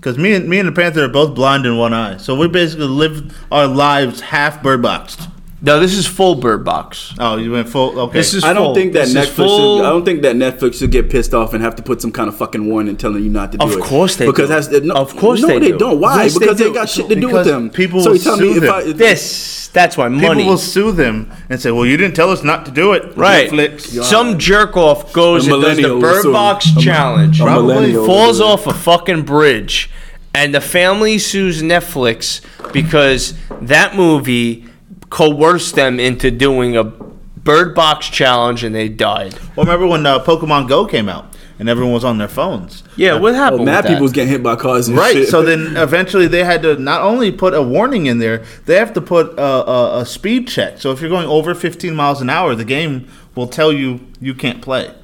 Cause me and me and the Panther are both blind in one eye, so we basically live our lives half bird boxed.
No, this is full Bird Box.
Oh, you went full. Okay,
This is
I don't
full.
think that
This is
Netflix.
full.
Should, I don't think that Netflix should get pissed off and have to put some kind of fucking warning telling you not to do
Of
it.
course they
because
do.
That's, no,
Of course
no,
they do.
not Why?
Yes, they
because they,
do.
got shit to do
Because
with them.
people
so
will
you tell me
sue
if
them.
I
This that's why
people
money.
will sue them and say, "Well, you didn't tell us not to do it."
Right.
Netflix.
Some jerk off goes
A
and does the
millennial
bird
soon.
box
A-
challenge.
a
Probably
millennial.
falls off a fucking bridge, and the family sues Netflix because that movie coerced them into doing a bird box challenge, and they died.
Well, remember when uh, Pokemon Go came out and everyone was on their phones?
Yeah, what happened?
Oh,
with
mad
that?
people's getting hit by cars and
Right.
shit.
So then eventually they had to not only put a warning in there, they have to put a, a, a speed check. So if you're going over 15 miles an hour, the game will tell you you can't play.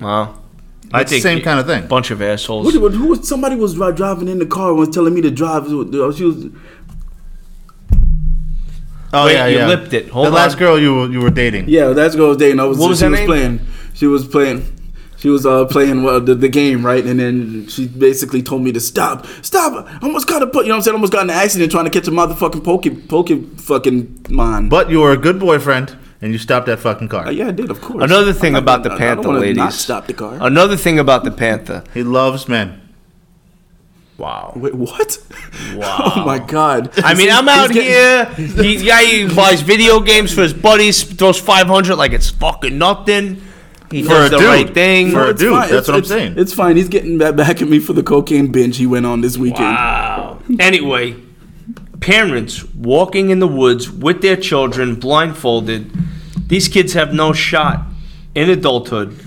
Wow.
It's the same kinda thing.
Bunch of assholes.
What- what- who was somebody was dri- driving in the car was telling me to drive. She was,
Oh
Wait, you lipped it. Hold
the last
on.
girl you were- you were dating.
yeah, that's girl's day, and I was
What was
she
her
was
name?
playing. She was playing. She was uh, playing well, the, the game, right? And then she basically told me to stop, stop. I almost got a put. You know what I'm saying? I almost got in an accident trying to catch a motherfucking poke, poke fucking mine.
But you were a good boyfriend and you stopped that fucking car.
Uh, yeah, I did, of course.
Another thing
I'm
about
not
the
gonna- I- I don't
Panther,
wanna
ladies.
Not stop the car.
Another thing about the Panther.
He loves men.
Wow.
Wait, what? Wow. oh my god.
I mean, I'm out here. He, yeah, he buys video games for his buddies. Throws 500 like it's fucking nothing. He
For
does
a
the
dude.
right thing.
For a
It's
dude,
fine.
that's
It's-
what I'm
it's-
saying.
It's fine. He's getting that back at me for the cocaine binge he went on this weekend.
Wow. Anyway, parents walking in the woods with their children blindfolded. These kids have no shot in adulthood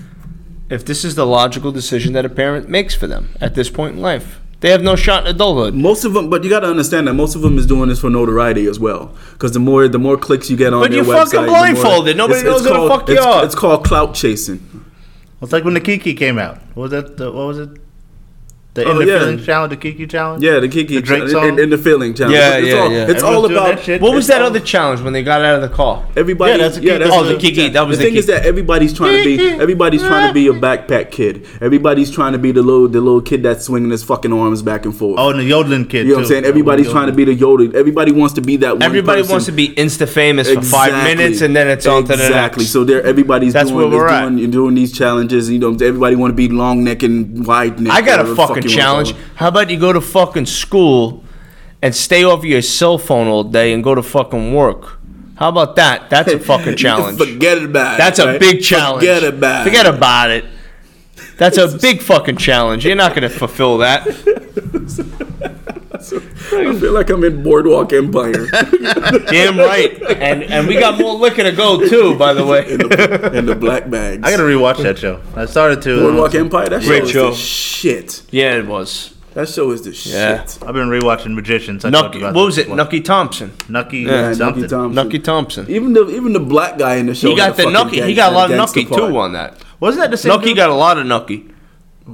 if this is the logical decision that a parent makes for them at this point in life. They have no shot in adulthood.
Most of them, but you got to understand that most of them is doing this for notoriety as well. Because the more the more clicks you get on
But
their
you're
website,
fucking
the more-
blindfolded. Nobody knows who the
called,
fuck you
it's,
are.
It's called clout chasing.
It's like when the Kiki came out. What was that? The, what was it? The
Oh,
in the
yeah.
feeling challenge, the Kiki challenge.
Yeah, the Kiki
The Drake
and-
song?
and, and the feeling challenge.
Yeah,
it's
yeah,
all,
yeah.
It's all
Everyone's doing
about
that shit.
What was that other challenge when they got out of the car?
everybody.
Yeah, that's the Kiki.
Oh, the Kiki. That was
the
the
thing is
Kiki.
that everybody's trying to be everybody's trying to be a backpack kid. Everybody's trying to be the little the little kid that's swinging his fucking arms back and forth.
Oh, and the yodeling kid.
you know what I'm
too.
saying? Everybody's trying to be the yodel. Everybody wants to be that one
Everybody
person.
wants to be insta famous for five
Exactly.
minutes and then it's on to the next.
Exactly. So there, everybody's
That's
doing,
where we're
is
at.
doing, you're doing these challenges. You know, everybody want to be long neck and wide neck.
I got a
whatever the fuck
fucking
you wanna
challenge.
call it.
How about you go to fucking school and stay off your cell phone all day and go to fucking work? How about that? That's a fucking challenge.
Forget about
That's
it.
a
right?
big challenge.
Forget about
Forget
it.
about it. That's a big fucking challenge. You're not gonna fulfill that.
I feel like I'm in Boardwalk Empire
Damn right. And and we got more liquor to go too, by the way.
and the black bags.
I gotta rewatch that show. I started to. um,
Boardwalk Empire. That
Great
show,
show.
is the shit.
Yeah, it was.
That show is the
Yeah.
shit.
I've been rewatching Magicians. I talked
Nucky,
about
what
that
was it?
before.
Nucky Thompson.
Nucky
Yeah,
something.
Nucky Thompson.
Nucky Thompson.
Even the even the black guy in the show.
He got the
fucking
Nucky. He
gang-
got a lot of
gangster
Nucky
part.
too on that.
Wasn't that the same?
Nucky
dude?
got a lot of Nucky.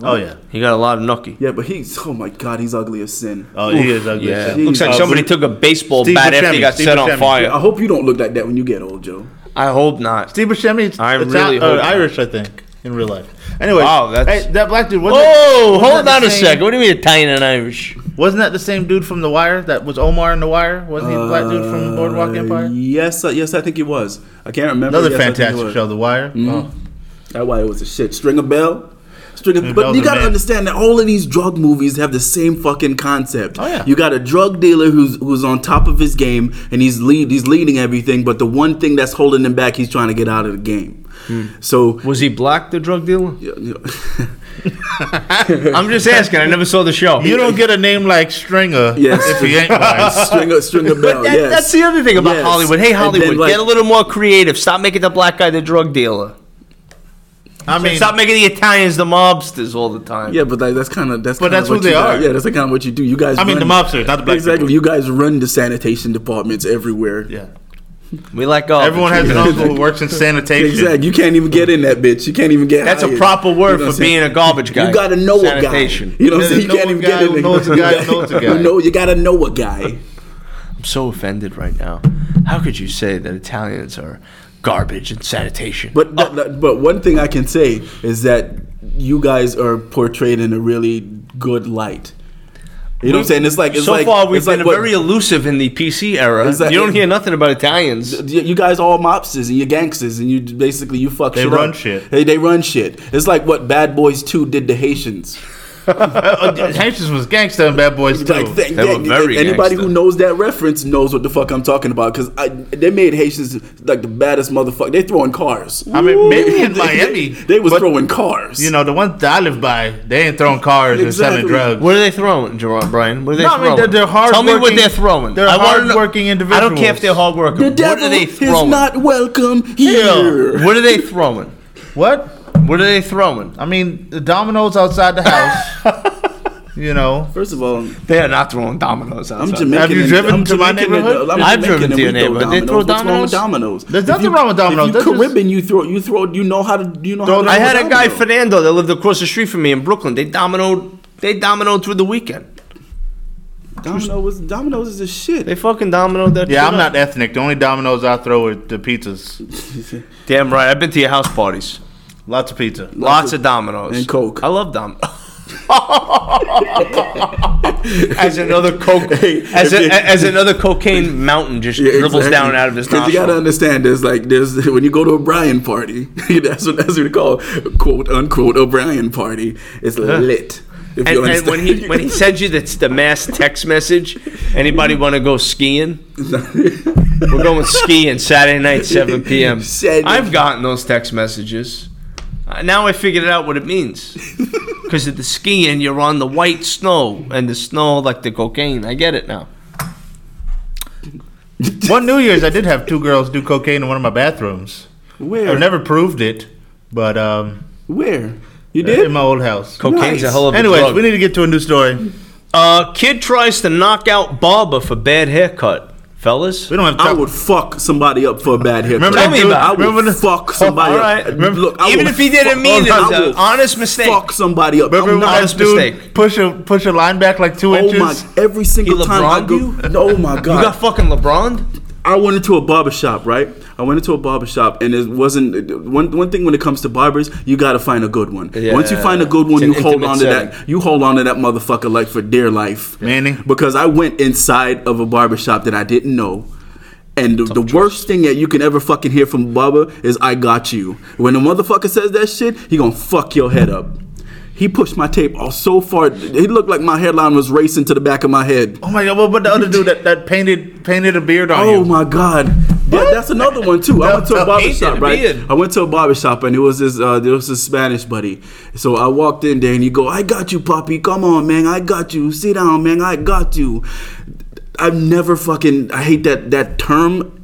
Oh yeah.
He got a lot of Nucky.
Yeah, but he's oh my god, he's ugly as sin.
Oh, he is ugly.
Yeah,
as shit.
looks like
Uh,
somebody
Steve-
took a baseball
Steve
bat after he
Buscemi,
got
Steve
set on
Buscemi.
I
fire.
hope you don't look like that when you get old, Joe.
I hope not.
Steve Buscemi.
I
I
really
really
hope not.
Irish, I think, in real life. Anyway,
Wow, that's-
hey, that black dude. Wasn't
Oh,
wasn't
hold
that
on
the
a
same-
second. What do you mean Italian and Irish?
Wasn't that the same due from The Wire? That was Omar in The Wire. Wasn't he the black dude from Boardwalk
Uh,
Empire?
Yes, uh, yes, I think it was. I can't remember.
Another
Yes, I think it
fantastic
was.
show, The Wire. Oh.
That's why it was a shit. String a bell. String a, but
Bell's
you
the
gotta
man.
understand that all of these drug movies have the same fucking concept.
Oh, yeah.
You got a drug dealer who's who's on top of his game and he's lead he's leading everything, but the one thing that's holding him back, he's trying to get out of the game.
Hmm.
So
Was he black, the drug dealer?
you know,
I'm just asking. I never saw the show.
You don't get a name like Stringer
Yes.
if he ain't blind.
string a string a bell.
That-
yes.
That's the other thing about
Yes.
Hollywood. Hey,
And then,
Hollywood,
like-
get a little more creative. Stop making the black guy the drug dealer.
I mean,
Stop making the Italians the mobsters all the time.
Yeah, but like, that's kind of that's.
But
kinda
that's who
what
they
you
are.
guys- Yeah, that's the kind of what you do. You guys.
I mean, the
run-
mobsters, not the black
Exactly.
people.
You guys run the sanitation departments everywhere.
yeah.
We let go.
Everyone has an uncle who works in sanitation.
Exactly. You can't even get in that bitch. You can't even get.
That's a
hired.
proper
You know
word
what I'm
for
saying?
being a garbage guy.
You gotta know
Sanitation.
a guy. You know what I'm saying? You
Know
can't
a
even
guy
get in
who
there.
knows a guy who knows a guy.
You know, you gotta know a guy.
I'm so offended right now. How could you say that Italians are garbage and sanitation?
But
Oh.
th- th- but one thing I can say is that you guys are portrayed in a really good light. You know what I'm saying? It's like it's
so
like,
far, we've
it's
been
like what-
very elusive in the PC era.
It's like-
you don't hear nothing about Italians.
you you guys all mobsters and you gangsters and you basically you fuck
They
shit
run
up.
shit.
They, they run shit. It's like what Bad Boys 2 did to Haitians. Oh,
Uh, uh, Haitians was gangster and bad boys too.
Like, thank-
They were
thank-
very
anybody
gangster.
who knows that reference knows what the fuck I'm talking about because they made Haitians like the baddest motherfucker. They throwing cars.
I mean, maybe in
They-
Miami,
they, was
but,
throwing cars.
You know, the ones that I live by, they ain't throwing cars
Exactly.
and selling drugs.
What are they throwing, Jerome Brian? What are they
No, I mean,
throwing?
they're- they're
Tell me what
hardworking-
they're throwing.
they're
wanna know-
hardworking
I don't care if
individuals.
they're hardworking.
the
What
devil
are they
is
throwing?
not welcome here.
What are they throwing?
What?
What are they throwing?
I mean, the dominoes outside the house. you know,
First of all,
They are not throwing dominoes outside.
I'm Jamaican.
Have you
and-
driven
I'm
to my
Jamaican and-
neighborhood?
I'm
I've
Jamaican
driven to your
and we
neighborhood. They throw
What's wrong with dominoes?
There's
If
nothing
you-
wrong with dominoes.
If
They're
you
just-
Caribbean, you throw, you throw, you know how to, you know how to.
I
throw
had a guy
domino.
Fernando that lived across the street from me in Brooklyn. They dominoed. They dominoed through the weekend.
Domino was dominoes is a shit.
They fucking dominoed that.
yeah,
shit
I'm
up.
not ethnic. The only dominoes I throw are the pizzas.
Damn right. I've been to your house parties.
Lots of pizza.
Lots of dominoes
and Coke.
I love dominoes. as another coke,
Hey,
as,
if
a,
you-
as another cocaine mountain just
Yeah,
dribbles
exactly.
down out of his
'Cause
nostril.
You gotta understand, there's like there's when you go to a Brian party, that's what that's what we call quote unquote O'Brien party. It's lit. If
And, and when he
understand.
when he sends you that's the mass text message, anybody want to go skiing? We're going skiing Saturday night, seven p.m.
Saturday.
I've gotten those text messages. Uh, Now I figured out what it means. Because at the skiing, you're on the white snow, and the snow like the cocaine. I get it now.
One New Year's, I did have two girls do cocaine in one of my bathrooms.
where
I've never proved it, but um,
where you
in
did
my old house.
Cocaine's a
Nice.
hell of a
Anyways,
drug.
we need to get to a new story.
uh, kid tries to knock out barber for bad haircut, fellas.
We don't have
I
time.
would fuck somebody up for a bad haircut.
Remember
Tell me
dude-
about it.
I would
remember the-
fuck somebody
All right.
up. Look, I
Even
will
if he didn't
fuck-
mean it,
I
it's an
will
honest mistake.
Fuck somebody up.
Remember
I'm
when
not-
that
honest
dude
mistake.
push a push a line back like two
Oh
inches?
my! Every single
He
time I
LeBron'd
go,
you?
oh my
You
god!
got fucking LeBron?
I went into a barber shop, right? I went into a barber shop, and it wasn't one one thing when it comes to barbers. You gotta find a good one.
Yeah.
Once you find a good
It's
one,
an
you hold
intimate
on to
setting.
that. You hold on to that motherfucker like for dear life,
Manny.
Because I went inside of a barber shop that I didn't know. And the, the worst thing that you can ever fucking hear from Bubba is "I got you." When a motherfucker says that shit, he gonna fuck your head up. He pushed my tape off so far; it looked like my hairline was racing to the back of my head.
Oh my god! What about the other dude that, that painted painted a beard on
Oh
you?
my God. Yeah, that's another one too. I went to a barber
Ain't
shop,
it
right?
weird?
I went to a barber shop and it was this uh, there was this Spanish buddy. So I walked in there and he go, I got you, Poppy. Come on, man. I got you. Sit down, man. I got you. I've never fucking I hate that that term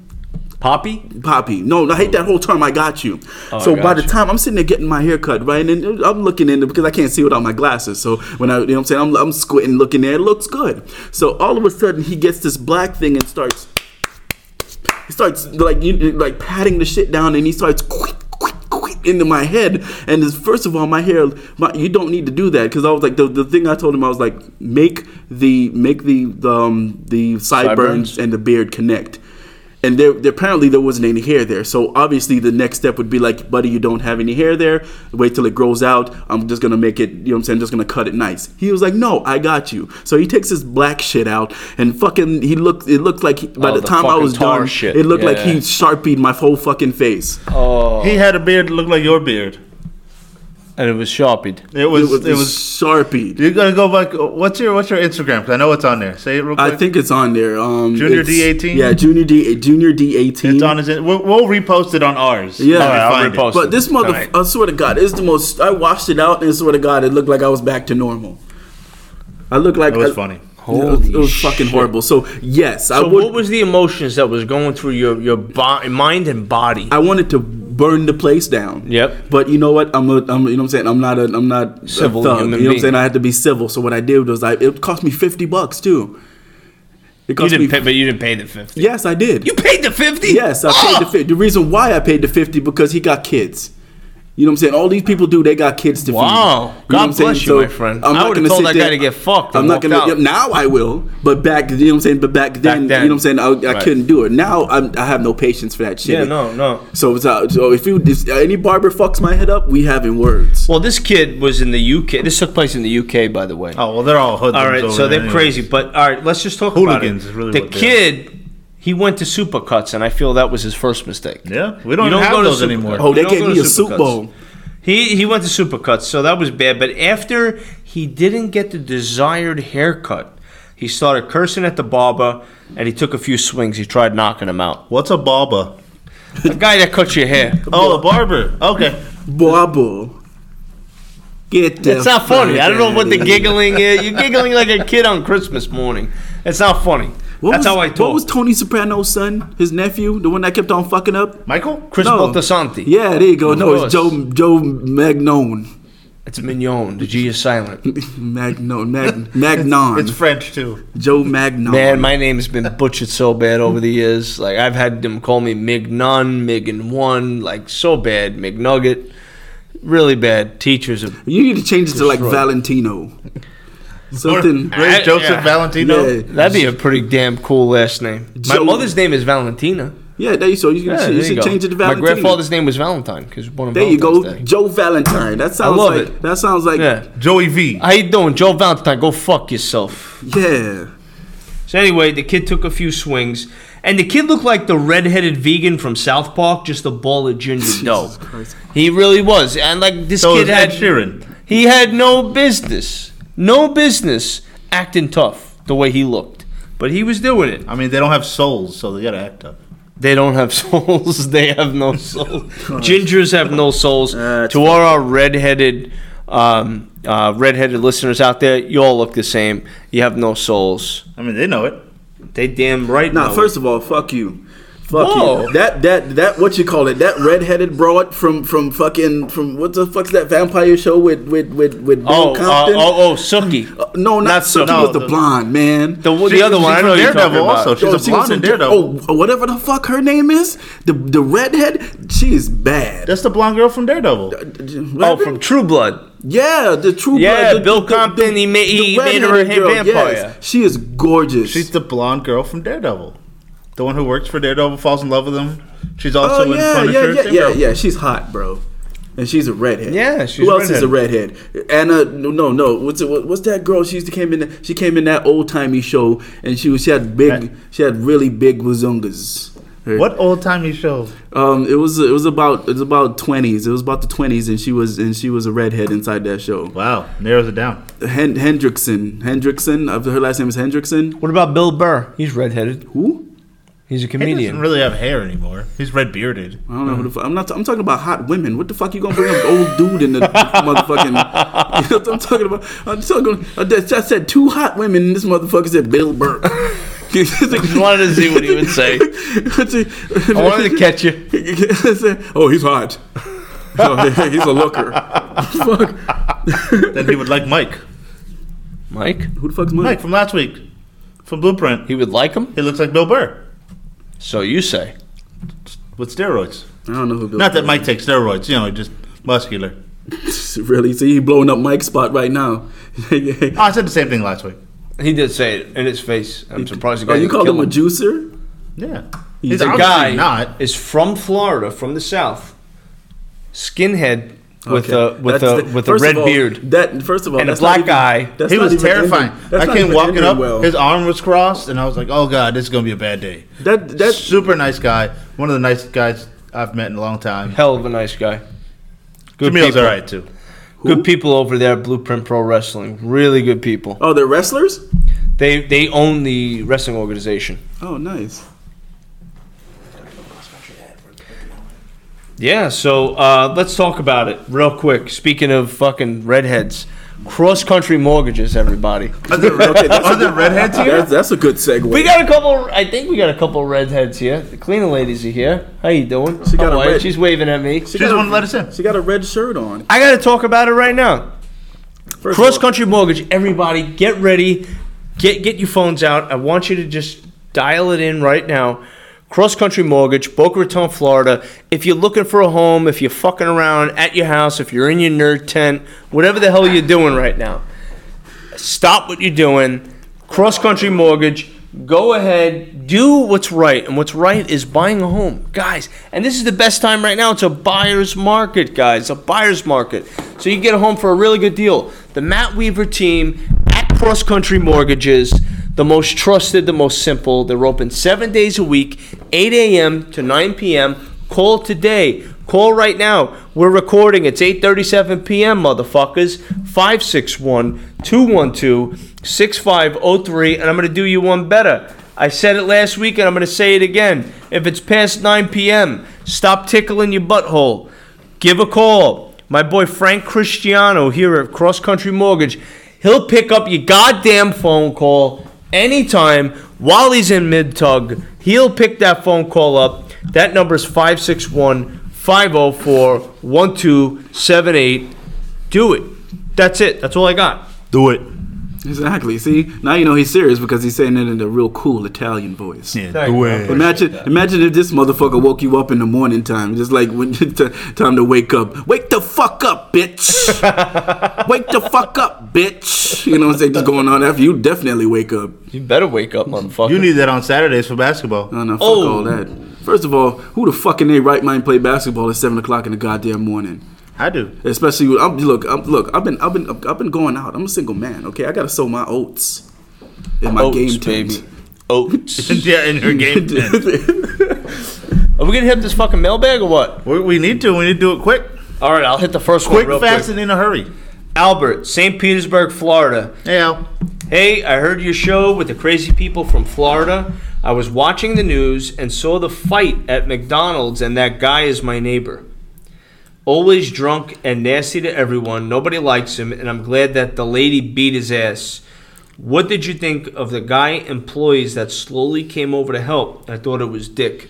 Poppy?
Poppy. No, I hate that whole term. I got you. so
Oh, I
by
got
the
you.
time I'm sitting there getting my hair cut, right, and then I'm looking in because I can't see without my glasses. So when I, you know, what I'm saying I'm, I'm squinting, looking there, it looks good. So all of a sudden he gets this black thing and starts, he starts like you, like patting the shit down, and he starts quick, quick, quick into my head. And this, first of all, my hair, my, you don't need to do that because I was like the, the thing I told him I was like make the make the the, um, the sideburns
Sideburns?
and the beard connect. And there, there- apparently there wasn't any hair there. So obviously the next step would be like, buddy, you don't have any hair there. Wait till it grows out. I'm just gonna make it. You know what I'm saying? Just gonna cut it nice. He was like, no, I got you. So he takes his black shit out and fucking. He looked. It looked like he- by
Oh,
the,
the
time I
fucking
was
tar
done,
shit.
it looked like he
Yeah.
sharpied my whole fucking face.
He had a beard that looked like your beard.
And it was Sharpied.
It was it was.
sharpied.
you're gonna go back. What's your what's your Instagram? 'Cause I know it's on there. Say it real quick.
I think it's on there. Um,
Junior
it's-
D18?
Yeah, junior D. Junior D18.
it's on his. We'll, we'll repost it on ours.
Yeah.
Let me
Alright, I'll
find it.
repost.
But this mother,
Alright.
I swear to God, it's the most. I washed it out, and I swear to God, it looked like I was back to normal. I look like
That was
I-
funny.
It was, it was fucking horrible. So yes, I
So
would.
what was the emotions that was going through your your bo- mind and body?
I wanted to burn the place down.
Yep.
But you know what? I'm a. I'm, you know what I'm saying? I'm not a. I'm not
Civil
A thug,
human
you know what I'm
being.
saying? I had to be civil. So what I did was I. It cost me fifty bucks too. It
You
cost
didn't
me.
pay, but you didn't pay the fifty.
yes, I did.
You paid the fifty.
Yes, I
Ah!
paid the fifty. The reason why I paid the fifty because he got kids. You know what I'm saying? All these people do, they got kids to feed.
Wow.
know what
God
I'm saying?
bless you, my friend. I
not
would've
gonna
told
sit
that guy to get fucked and
I'm not
walked
gonna.
out.
yeah, Now I will, but back, you know what I'm saying? But back then,
then.
you know what I'm saying? I, I
Right.
couldn't do it. Now I'm, I have no patience for that shit.
Yeah, no, no.
So it's out. So if you if any barber fucks my head up, we having words.
Well, this kid was in the UK. This took place in the UK, by the way.
Oh well, they're all hoodlums.
all right,
over
so
there
they're
anyways.
crazy. But all right, let's just talk
Hooligans
about
is
it.
really
the
what they are.
kid, he went to Supercuts, and I feel that was his first mistake.
Yeah, we don't,
You don't
have
go to
those
Super-
anymore.
oh, they
you don't
gave
go to
me a soup
Supercuts.
bowl.
He he went to Supercuts, so that was bad. But after he didn't get the desired haircut, he started cursing at the barber, and he took a few swings. He tried knocking him out.
What's a barber?
The guy that cut your hair.
Oh, a barber. Okay.
Bobble. Get the
It's not funny. I don't know what the
fuck
giggling is. You're giggling like a kid on Christmas morning. It's not funny.
What
That's
was,
how I
What
talk.
was Tony Soprano's son? His nephew, the one that kept on fucking up.
Michael?
Chris
No.
Baltasanti.
Yeah, there you go. No,
course.
it's Joe Joe Magnone.
It's Mignon. The G is
Mm.
silent.
Magnone. Mag, Magnon.
It's French too.
Joe Magnon.
Man, my name's been butchered so bad over the years. Like I've had them call me Mignon, Migan One, like so bad, McNugget. Really bad. Teachers are
you need to change it to like Valentino. Something.
Ray
I-
Joseph
yeah.
Valentino.
Yeah.
That'd be a pretty damn cool last name. My
Joe-
mother's name is Valentina.
Yeah, there you so you,
Yeah,
should,
there
you should
go.
change it to
My
Valentino.
grandfather's name was Valentine because born on
There you go,
Valentine's Day.
Joe Valentine. That sounds
love
like
it.
that sounds like yeah.
Yeah.
Joey V.
How you doing, Joe Valentine? Go fuck yourself. So anyway, the kid took a few swings, and the kid looked like the redheaded vegan from South Park, just a ball of ginger dough.
Christ.
He really was, and like this
so
kid
is Ed
had
Sheeran.
he had no business, no business acting tough the way he looked, but he was doing it.
I mean, they don't have souls, so they gotta act up.
They don't have souls. They have no souls. Gingers have no souls.
That's
to all our redheaded, um, uh, redheaded listeners out there, you all look the same. You have no souls.
I mean, they know it.
They damn right.
Now,
know
first of all, fuck you. Fuck
Whoa.
you. That that that what you call it? That redheaded broad from from fucking from what the fuck's that vampire show with with with with Bill
Oh, uh,
Compton?
oh, oh, Sookie.
Uh, no, not,
Not
Sookie
Sookie.
No,
was the
the-
blonde man.
The, the other one, I know
from
who you're talking
Daredevil
about.
also. She's
Oh,
a
she
blonde
was
in
from-
Daredevil.
Oh, whatever the fuck her name is, the the redhead, she is bad.
That's the blonde girl from Daredevil.
Oh,
Whatever-
from True Blood.
yeah, the true.
Yeah,
blood, the-
Bill
the- the-
Compton, he ma- he
the
made her
redheaded
a vampire.
she is gorgeous.
She's the blonde girl from Daredevil. The one who works for Daredevil falls in love with him. She's also
oh
in
yeah, yeah,
Punisher.
yeah,
Same
yeah,
girl.
yeah. She's hot, bro. And she's a redhead.
Yeah, she's
Who else is a redhead? Anna? No, no, no. What's it, what, what's that girl? She used to came in. She came in that old timey show, and she was she had big.
That-
She had really big wazungas. Her-
What old timey show?
Um, it was it was about it was about twenties. It was about the twenties, and she was and she was a redhead inside that show.
Wow, narrows it down.
Hen- Hendrickson, Hendrickson. I've- Her last name is Hendrickson.
What about Bill Burr? He's redheaded.
Who?
He's a
He doesn't
comedian.
really have hair anymore. He's red bearded.
I don't know who
Mm.
the fuck. I'm not. I'm talking about hot women. What the fuck you gonna bring up old dude in the motherfucking? You know what I'm talking about. I'm talking. I just- I said two hot women. and This motherfucker said Bill Burr.
I wanted to see what he would say. I wanted to catch you.
oh, he's hot. Oh, he's a looker. Fuck.
Then he would like Mike.
Mike?
Who the fuck's Mike?
Mike from last week, from Blueprint.
He would like him?
He looks like Bill Burr
So you say.
with steroids.
I don't know who. Bill
Not that
Burr
Mike takes steroids, you know, just muscular.
is. Really? See, he blowing up Mike's spot right now.
Oh, I said the same thing last week.
He did say it in his face. I'm surprised the guy
Oh, you
didn't
call
kill
him a juicer?
Yeah,
He's
The
obviously
guy
Not.
is from Florida, from the South. Skinhead with
Okay.
a with
That's
a
the-
with a
first of
red
all,
beard.
That first of all,
And a
that's not
black
even-
guy.
that's
He
not
was
even ending-
terrifying.
that's
I
not
came
even
walking
ending
up.
well.
His arm was crossed, and I was like, "Oh God, this is gonna be a bad day."
that that
super nice guy. One of the nice guys I've met in a long time.
Hell of a nice guy. Good
Jamil's
people.
all right too.
Good people over there, at Blueprint Pro Wrestling. Really good people.
oh, they're wrestlers.
They they own the wrestling organization.
Oh, nice.
Yeah, so uh, let's talk about it real quick. Speaking of fucking redheads, cross country mortgages, everybody.
Are there,
Okay, that's-
are there redheads here?
That's, that's a good segue.
We got a couple. I think we got a couple redheads here. The cleaner ladies are here. How you doing?
She got
How
a
are you?
red-
She's waving at me.
She doesn't want to let us in.
She got a red shirt on.
I got to talk about it right now.
First of
Cross
all-
country mortgage. Everybody, get ready. Get get your phones out. I want you to just dial it in right now. Cross Country Mortgage, Boca Raton, Florida. If you're looking for a home, if you're fucking around at your house, if you're in your nerd tent, whatever the hell you're doing right now, stop what you're doing. Cross Country Mortgage. Go ahead, do what's right, and what's right is buying a home, guys. And this is the best time right now. It's a buyer's market, guys. A buyer's market. So you can get a home for a really good deal. The Matt Weaver team at Cross Country Mortgages, the most trusted, the most simple. They're open seven days a week, 8 a.m. to 9 p.m. Call today. Call right now. We're recording. It's 8:37 p.m. motherfuckers. 561-212-6503 and I'm going to do you one better. I said it last week and I'm going to say it again. If it's past 9 p.m., stop tickling your butthole. Give a call. My boy Frank Cristiano here at Cross Country Mortgage. He'll pick up your goddamn phone call anytime while he's in mid tug. He'll pick that phone call up. That number is 561 504 1278. Do it. That's it. That's all I got.
Do it.
Exactly. See, now you know he's serious because he's saying it in a real cool Italian voice.
Yeah,
Thank
do
you.
it.
Imagine, imagine if this motherfucker woke you up in the morning time, just like when t- time to wake up. Wake the fuck up, bitch! wake the fuck up, bitch! You know what I'm saying? Just going on after you definitely wake up.
You better wake up, motherfucker.
You need that on Saturdays for basketball.
No, no, fuck
Oh.
all that. First of all, who the fuck in their right mind play basketball at seven o'clock in the goddamn morning?
I do.
Especially, when- I'm, look, I'm, look, I've been, I've been, I've been going out. I'm a single man. Okay, I gotta sow my oats in my
Oats,
game
baby.
times.
oats.
yeah, in your game.
Are we gonna hit this fucking mailbag or what?
we, we need to. We need to do it quick,
All right, I'll hit the first
quick,
one real
fast,
quick.
and in a hurry.
Albert, St. Petersburg, Florida.
Hey, Al.
Hey, I heard your show with the crazy people from Florida. I was watching the news and saw the fight at McDonald's, and that guy is my neighbor. Always drunk and nasty to everyone. Nobody likes him, and I'm glad that the lady beat his ass. What did you think of the guy employees that slowly came over to help? I thought it was Dick.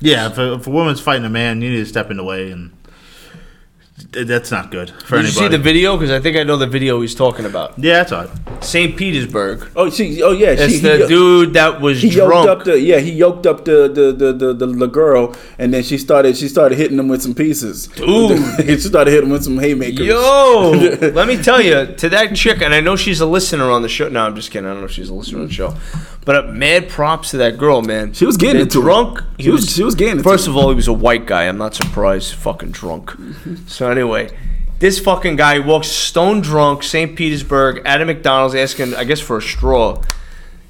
Yeah, if a, if a woman's fighting a man, you need to step in the way, and th- that's not good for
Did you
anybody.
see the video? Because I think I know the video he's talking about.
yeah, that's all right.
St. Petersburg.
Oh, she, oh yeah,
It's
she,
the
he-
dude that was
He yoked up
drunk.
the yeah. He yoked up the the, the the the the girl, and then she started she started hitting him with some pieces.
Dude.
she started hitting him with some haymakers.
Yo, let me tell you, to that chick, and I know she's a listener on the show. No, I'm just kidding. I don't know if she's a listener on the show, but uh, mad props to that girl, man.
She was getting
That
into it.
drunk.
She was- she was getting into
First
it.
of all, he was a white guy. I'm not surprised. Fucking drunk. so anyway, this fucking guy walks stone drunk, St. Petersburg, at a McDonald's, asking, I guess, for a straw.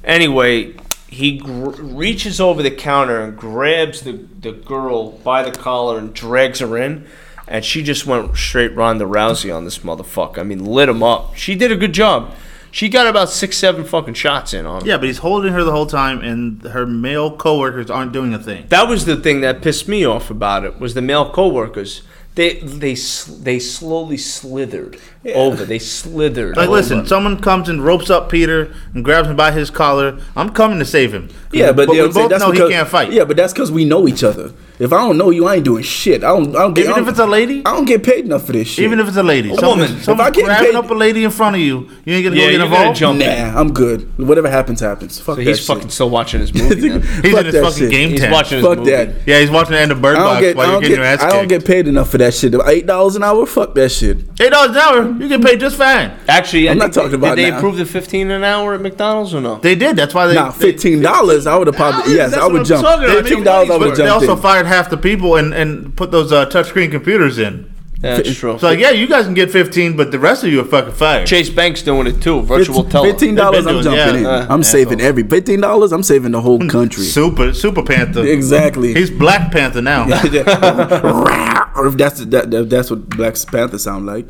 Anyway, he gr- reaches over the counter and grabs the, the girl by the collar and drags her in. And she just went straight Ronda Rousey on this motherfucker. I mean, lit him up. She did a good job. She got about six, seven fucking shots in on him.
Yeah, but he's holding her the whole time, and her male coworkers aren't doing a thing.
That was the thing that pissed me off about it was the male coworkers. They they sl- they slowly slithered over. They slithered.
Like,
over.
listen, someone comes and ropes up Peter and grabs him by his collar. I'm coming to save him.
Yeah, but,
we
yeah, I'm saying
both
that's
know
because,
he can't fight.
Yeah, but that's because we know each other. If I don't know you, I ain't doing shit. I don't. I don't get, I
even
don't,
if it's a lady,
I don't get paid enough for this shit.
even if it's a lady,
woman.
someone,
If
someone
I get
grabbing
paid-
up a lady in front of you, you ain't gonna
Yeah, you're
go get
gonna
involved.
jump in.
nah, I'm good. Whatever happens, happens.
So
Fuck that
he's
shit.
fucking still watching his movie. man.
He's
Fuck
in his
that
fucking
shit.
game
He's
tent.
watching his
Fuck
movie.
that.
Yeah, he's watching the end of Bird
I
Box
don't get.
while
I
you're
don't
getting your
get.
ass
I don't
kicked.
get paid enough for that shit. Eight dollars an hour. Fuck that shit.
Eight dollars an hour, you get paid just fine.
Actually, I
I'm
think
not
they-
talking about
Did they
now.
improve the fifteen an hour at McDonald's or no?
They did. That's why they.
Nah,
they-
fifteen dollars. I would have probably. Yes,
that's
I
what I'm
would jump.
talking about.
Fifteen dollars. I
But
would
they
jump.
also
in.
fired half the people and, and put those uh, touchscreen computers in.
That's true.
So like, yeah, you guys can get 15, but the rest of you are fucking fired.
Chase Banks doing it too. Virtual
Fifteen-
teller.
Fifteen dollars. I'm
They've been doing-
jumping in.
yeah, uh,
I'm saving
asshole.
every fifteen dollars. I'm saving the whole country.
Super Super Panther.
Exactly.
He's Black Panther now.
or if that's that, that, that's what Black Panther sound like.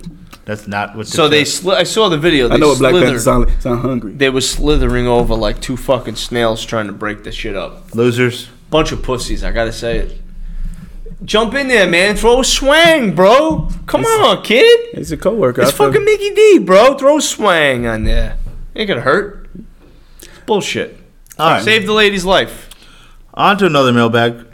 That's not what.
So they.
said.
Sli- I saw the video. They
I know what Black Panther
slithered.
sound like. Sound hungry.
They were slithering over like two fucking snails trying to break the shit up.
losers.
Bunch of pussies, I gotta say it. Jump in there, man. Throw a swang, bro. Come on, kid.
He's a coworker.
It's
I feel-
fucking Mickey D, bro. Throw a swang on there. Ain't gonna hurt. Bullshit.
All right.
Save the lady's life.
On to another mailbag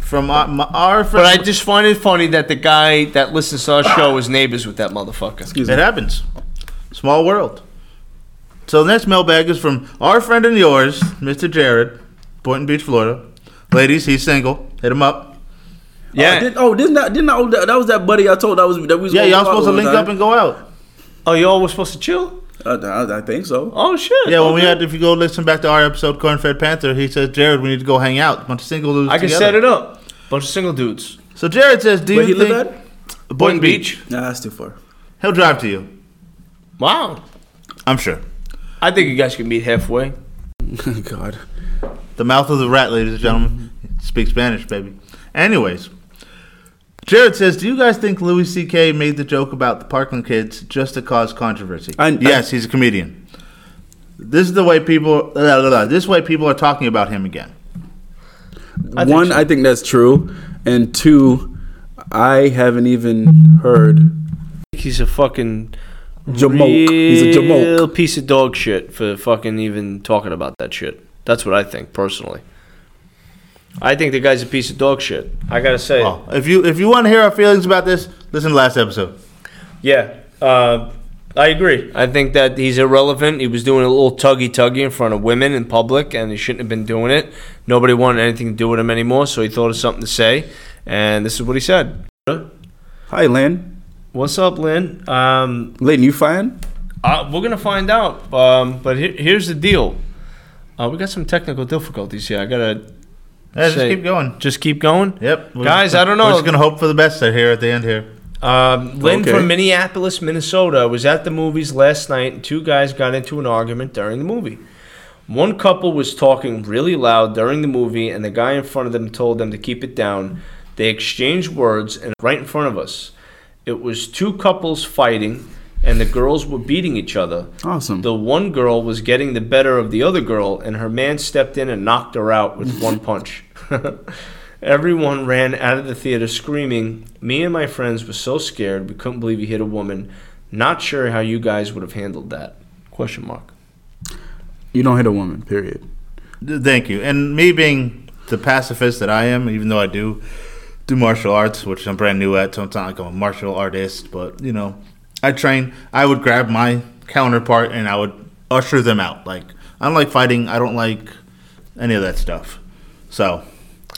from our, my, our
But
friend.
I just find it funny that the guy that listens to our show is neighbors with that motherfucker.
Excuse me.
it happens. Small world. So the next mailbag is from our friend and yours, Mr. Jared, Boynton Beach, Florida. Ladies, he's single. Hit him up.
Oh,
Yeah.
did, oh didn't that didn't I, oh, that, that was that buddy I told I was that we was
Yeah,
gonna
y'all
go out
supposed to
one
link
time.
up and go out.
Oh, y'all were supposed to chill?
Uh, I, I think so.
Oh, shit.
Yeah, when we
okay.
had, if you go listen back to our episode, Corn Fed Panther, he says, Jared, we need to go hang out. bunch of single dudes
I can
together.
set it up. Bunch of single dudes.
So Jared says, do you
Where he
think
live at?
Boynton Beach.
Nah, that's too far.
He'll drive to you.
Wow.
I'm sure.
I think you guys can meet halfway.
God.
The mouth of the rat, ladies and gentlemen.
Mm-hmm.
Speak Spanish, baby. Anyways, Jared says, "Do you guys think Louis C.K. made the joke about the Parkland kids just to cause controversy?"
I- I-
yes, he's a comedian. This is the way people. blah, blah, blah. This way people are talking about him again.
think
One,
so.
I think that's true, and two, I haven't even heard
He's a fucking
Jamoke. He's a Jamoke.
real piece of dog shit for fucking even talking about that shit. That's what I think personally. I think the guy's a piece of dog shit. I gotta say,
Oh, if you if you want to hear our feelings about this, listen to last episode.
yeah, uh, I agree. I think that he's irrelevant. He was doing a little tuggy tuggy in front of women in public, and he shouldn't have been doing it. Nobody wanted anything to do with him anymore, so he thought of something to say, and this is what he said.
Hi, Lynn.
What's up, Lynn? Um,
Lynn, you fine?
Uh, we're gonna find out. Um, but he- here's the deal. Uh, we got some technical difficulties here. I gotta
Yeah, just
Say-
keep going.
just keep going.
Yep, We're-
Guys, I don't know.
We're just gonna hope for the best here at the end here.
Um, Lynn
Okay.
from Minneapolis, Minnesota, was at the movies last night, and two guys got into an argument during the movie. One couple was talking really loud during the movie, and the guy in front of them told them to keep it down. They exchanged words, and right in front of us, it was two couples fighting, and the girls were beating each other.
Awesome.
The one girl was getting the better of the other girl, and her man stepped in and knocked her out with one punch. Everyone ran out of the theater screaming. Me and my friends were so scared we couldn't believe he hit a woman. Not sure how you guys would have handled that. Question mark.
You don't hit a woman. Period.
Th- Thank you. And me being the pacifist that I am, even though I do do martial arts, which I'm brand new at, so it's not like I'm a martial artist, but you know, I train. I would grab my counterpart and I would usher them out. Like I don't like fighting. I don't like any of that stuff. So,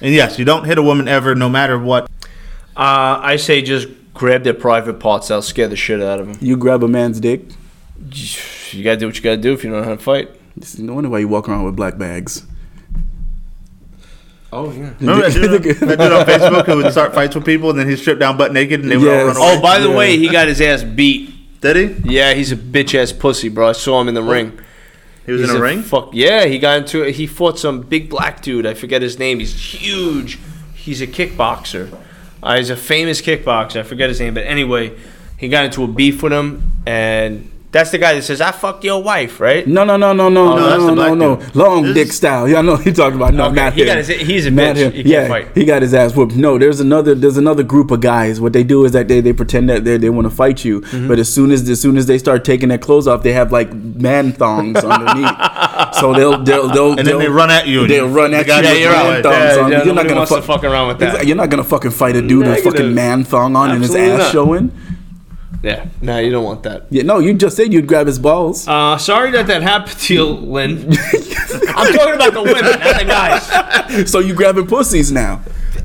and yes, you don't hit a woman ever, no matter what.
Uh, I say just grab their private parts. I'll scare the shit out of them.
You grab a man's dick.
You gotta do what you gotta do if you don't know how to fight.
This is- No wonder why you walk around with black bags.
Oh yeah.
Remember that dude, that dude on Facebook who would start fights with people and then he'd strip down butt naked and they would all run
Yes.
away.
Oh, by the
Yeah.
way, he got his ass beat.
did he?
Yeah, he's a bitch ass pussy, bro. I saw him in the ring.
He was
He's
in a, ring.
Fuck yeah, he got into it. He fought some big black dude. I forget his name. He's huge. He's a kickboxer. Uh, he's a famous kickboxer. I forget his name, but anyway, he got into a beef with him, and that's the guy that says, "I fucked your wife," right?
No, no, no, no, no,
no, that's
no,
the
no,
black
no,
dude.
Long
This
dick
is-
style. Yeah, I know what you're talking about. No,
Okay,
not
he
him.
got his- he's a
Not
bitch.
him.
He can't
yeah,
fight.
he got his ass whooped. No, there's another. There's another group of guys. What they do is that they, they pretend that they they want to fight you,
Mm-hmm.
but as soon as as soon as they start taking their clothes off, they have like man thongs underneath. So they'll they'll they'll
And then they run at you. and
They'll run
the
at you.
guy
with
goes
you're
run
out.
man
away.
thongs
Yeah,
on.
yeah,
You're not
nobody
gonna
wants to
fuck,
fuck around with that.
Exactly. You're not gonna fucking fight a dude with a fucking
Negative.
man thong on and
Absolutely
his ass
not.
showing.
Yeah. No, you don't want that.
Yeah, no, you just said you'd grab his balls.
Uh, sorry that that happened to you, Lynn. I'm talking about the women, not the guys.
so you grabbing pussies now.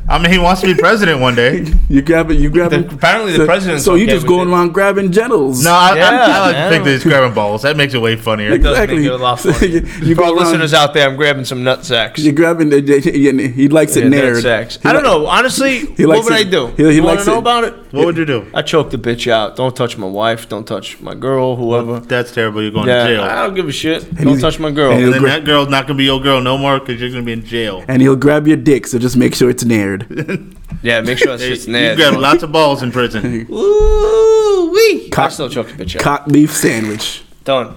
I mean, he wants to be president one day.
You grabbing. You grabbing.
apparently the
so-
president's
So you
okay
just
with
going
it.
around grabbing genitals.
No, I,
Yeah,
I, I like
man.
to think that he's grabbing balls. That makes it way funnier.
does make it a lot
So
funnier.
you- you
For our
go around-
listeners out there, I'm grabbing some nut sacks.
You're grabbing. The, the- the- he likes it
Yeah,
nerd.
nut sacks.
He
I don't
li-
know. Honestly, what
likes
would
it.
I do?
He- he
you want to
likes
know
it.
about it?
What would you do?
I choke the bitch out. Don't touch my wife. Don't touch my girl. Whoever.
That's terrible. You're going
Yeah,
to jail.
I don't give a shit.
he's-
Don't touch my girl.
and
And then
Gra-
that girl's not going to be your girl no more because you're going to be in jail.
And he'll grab your dick, so just make sure it's nerd.
yeah, make sure that's
You
just nasty.
grab lots of balls in prison.
Ooh wee. I
Cock-
still choke the bitch out.
Cock beef sandwich.
Done.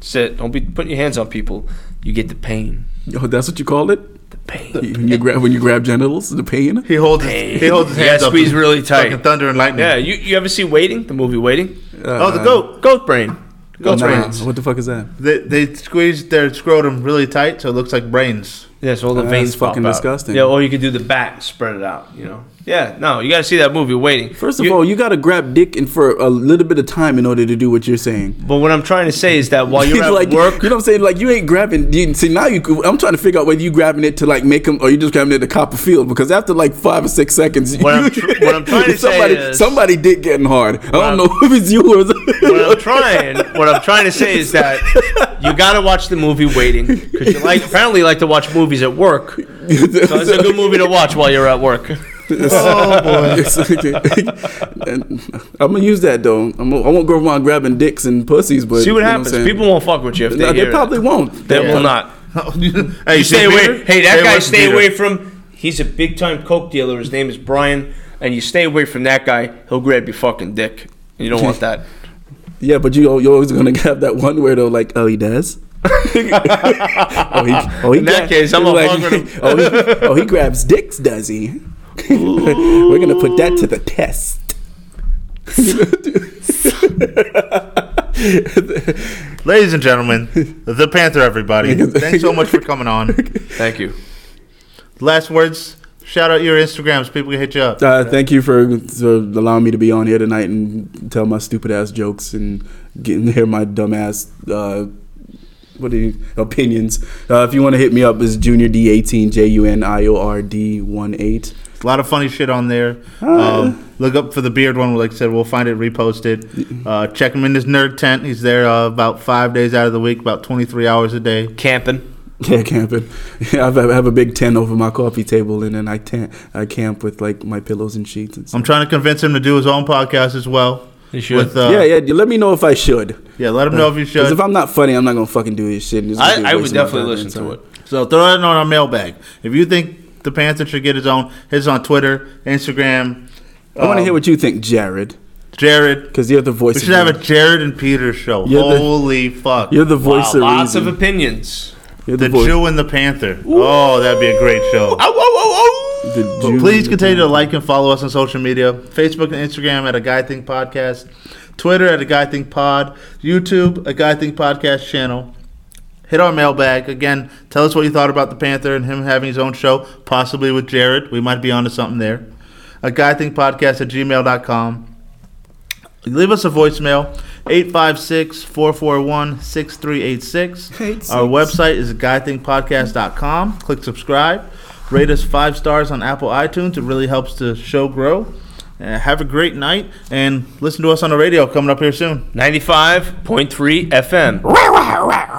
Sit. Don't be putting your hands on people. You get the pain.
Oh, that's what you call it.
The pain.
When you grab when you grab genitals, the pain.
He holds his, he holds his
You
hands
gotta
up.
squeeze really
fucking
tight.
thunder and lightning.
Yeah. You you ever see Waiting? The movie Waiting.
oh, the goat.
Goat brain. Goat
Uh, Nah,
brains.
what the fuck is that?
They, they squeeze their scrotum really tight so it looks like brains.
Yes, all the
That's
veins pop
fucking
out.
disgusting.
Yeah, or you could do the bat and spread it out. You know. Yeah, no, you got to see that movie. Waiting.
First of
You-
all, you gotta grab dick and for a little bit of time in order to do what you're saying.
but what I'm trying to say is that while you're at
like,
work,
you know what I'm saying? Like you ain't grabbing. You, see now you. I'm trying to figure out whether you grabbing it to like make them or you just grabbing it to cop a field because after like five or six seconds,
What I'm
you-
tr- what I'm trying to say
somebody
is-
somebody did getting hard. I
I'm-
don't know if it's you or
what I'm trying, what I'm trying to say is that you got to watch the movie Waiting because you like apparently you like to watch movies at work. So it's a good movie to watch while you're at work.
Oh boy.
It's okay. And I'm gonna use that though. I'm gonna, I won't go around grabbing dicks and pussies, but
See what
you know I'm
happens.
saying?
People won't fuck with you if they
No,
hear it.
they probably won't.
They
Yeah.
will not.
hey,
You stay away. Hey, that guy, stay away
From-
from. He's a big time coke dealer. His name is Brian, and you stay away from that guy. He'll grab your fucking dick. You don't want that.
Yeah, but you you're always gonna have that one where though, like, oh, he does. oh, he, oh, he
In that
gra-
case, I'm
you're
gonna fuck with him.
oh, he, oh, he grabs dicks, does he? We're gonna put that to the test.
Ladies and gentlemen, the Panther, everybody. Thanks so much for coming on.
Thank you.
Last words. Shout out your Instagrams. People can hit you up.
Uh, thank you for, for allowing me to be on here tonight and tell my stupid ass jokes and getting to hear my dumb ass uh, what do you opinions. Uh, if you want to hit me up, it's Junior D18 J U N I O R D 1 8.
A lot of funny shit on there. Um, look up for the beard one. Like I said, we'll find it reposted. Uh, check him in his nerd tent. He's there uh, about five days out of the week, about 23 hours a day.
Camping.
Yeah, camping. Yeah, I've- I have a big tent over my coffee table, and then I tent, I camp with like my pillows and sheets. And stuff.
I'm trying to convince him to do his own podcast as well.
You should.
With, uh,
yeah, yeah. Let me know if I should.
Yeah, let him know if you should.
Because if I'm not funny, I'm not gonna fucking do this shit. It's gonna be a
I, I
waste
would
of my
definitely
time
listen
and
to
time.
it.
So throw it on our mailbag. If you think the Panther should get his own, his on Twitter, Instagram. um,
I want to hear what you think, Jared,
Jared.
because you're the voice.
We
of
should have a
reason.
Jared and Peter show.
You're the-
Holy fuck!
You're the voice of
Uh, Lots of
reason.
opinions.
you're
the
voice-
Jew and the Panther. Oh, that'd be a great show.
Ow, ow, ow, ow.
the
But
Jew
please
and the-
continue to like and follow us on social media Facebook and Instagram at A Guy Think Podcast, Twitter at A Guy Think Pod, YouTube, A Guy Think Podcast channel. Hit our mailbag. Again, tell us what you thought about the Panther and him having his own show, possibly with Jared. We might be onto something there. A Guy Think Podcast at gmail.com. Leave us a voicemail, 856 441 6386. Our website is guythinkpodcast.com. Click subscribe. Rate us five stars on Apple iTunes. It really helps the show grow. Uh, have a great night and listen to us on the radio coming up here soon.
95.3 FM.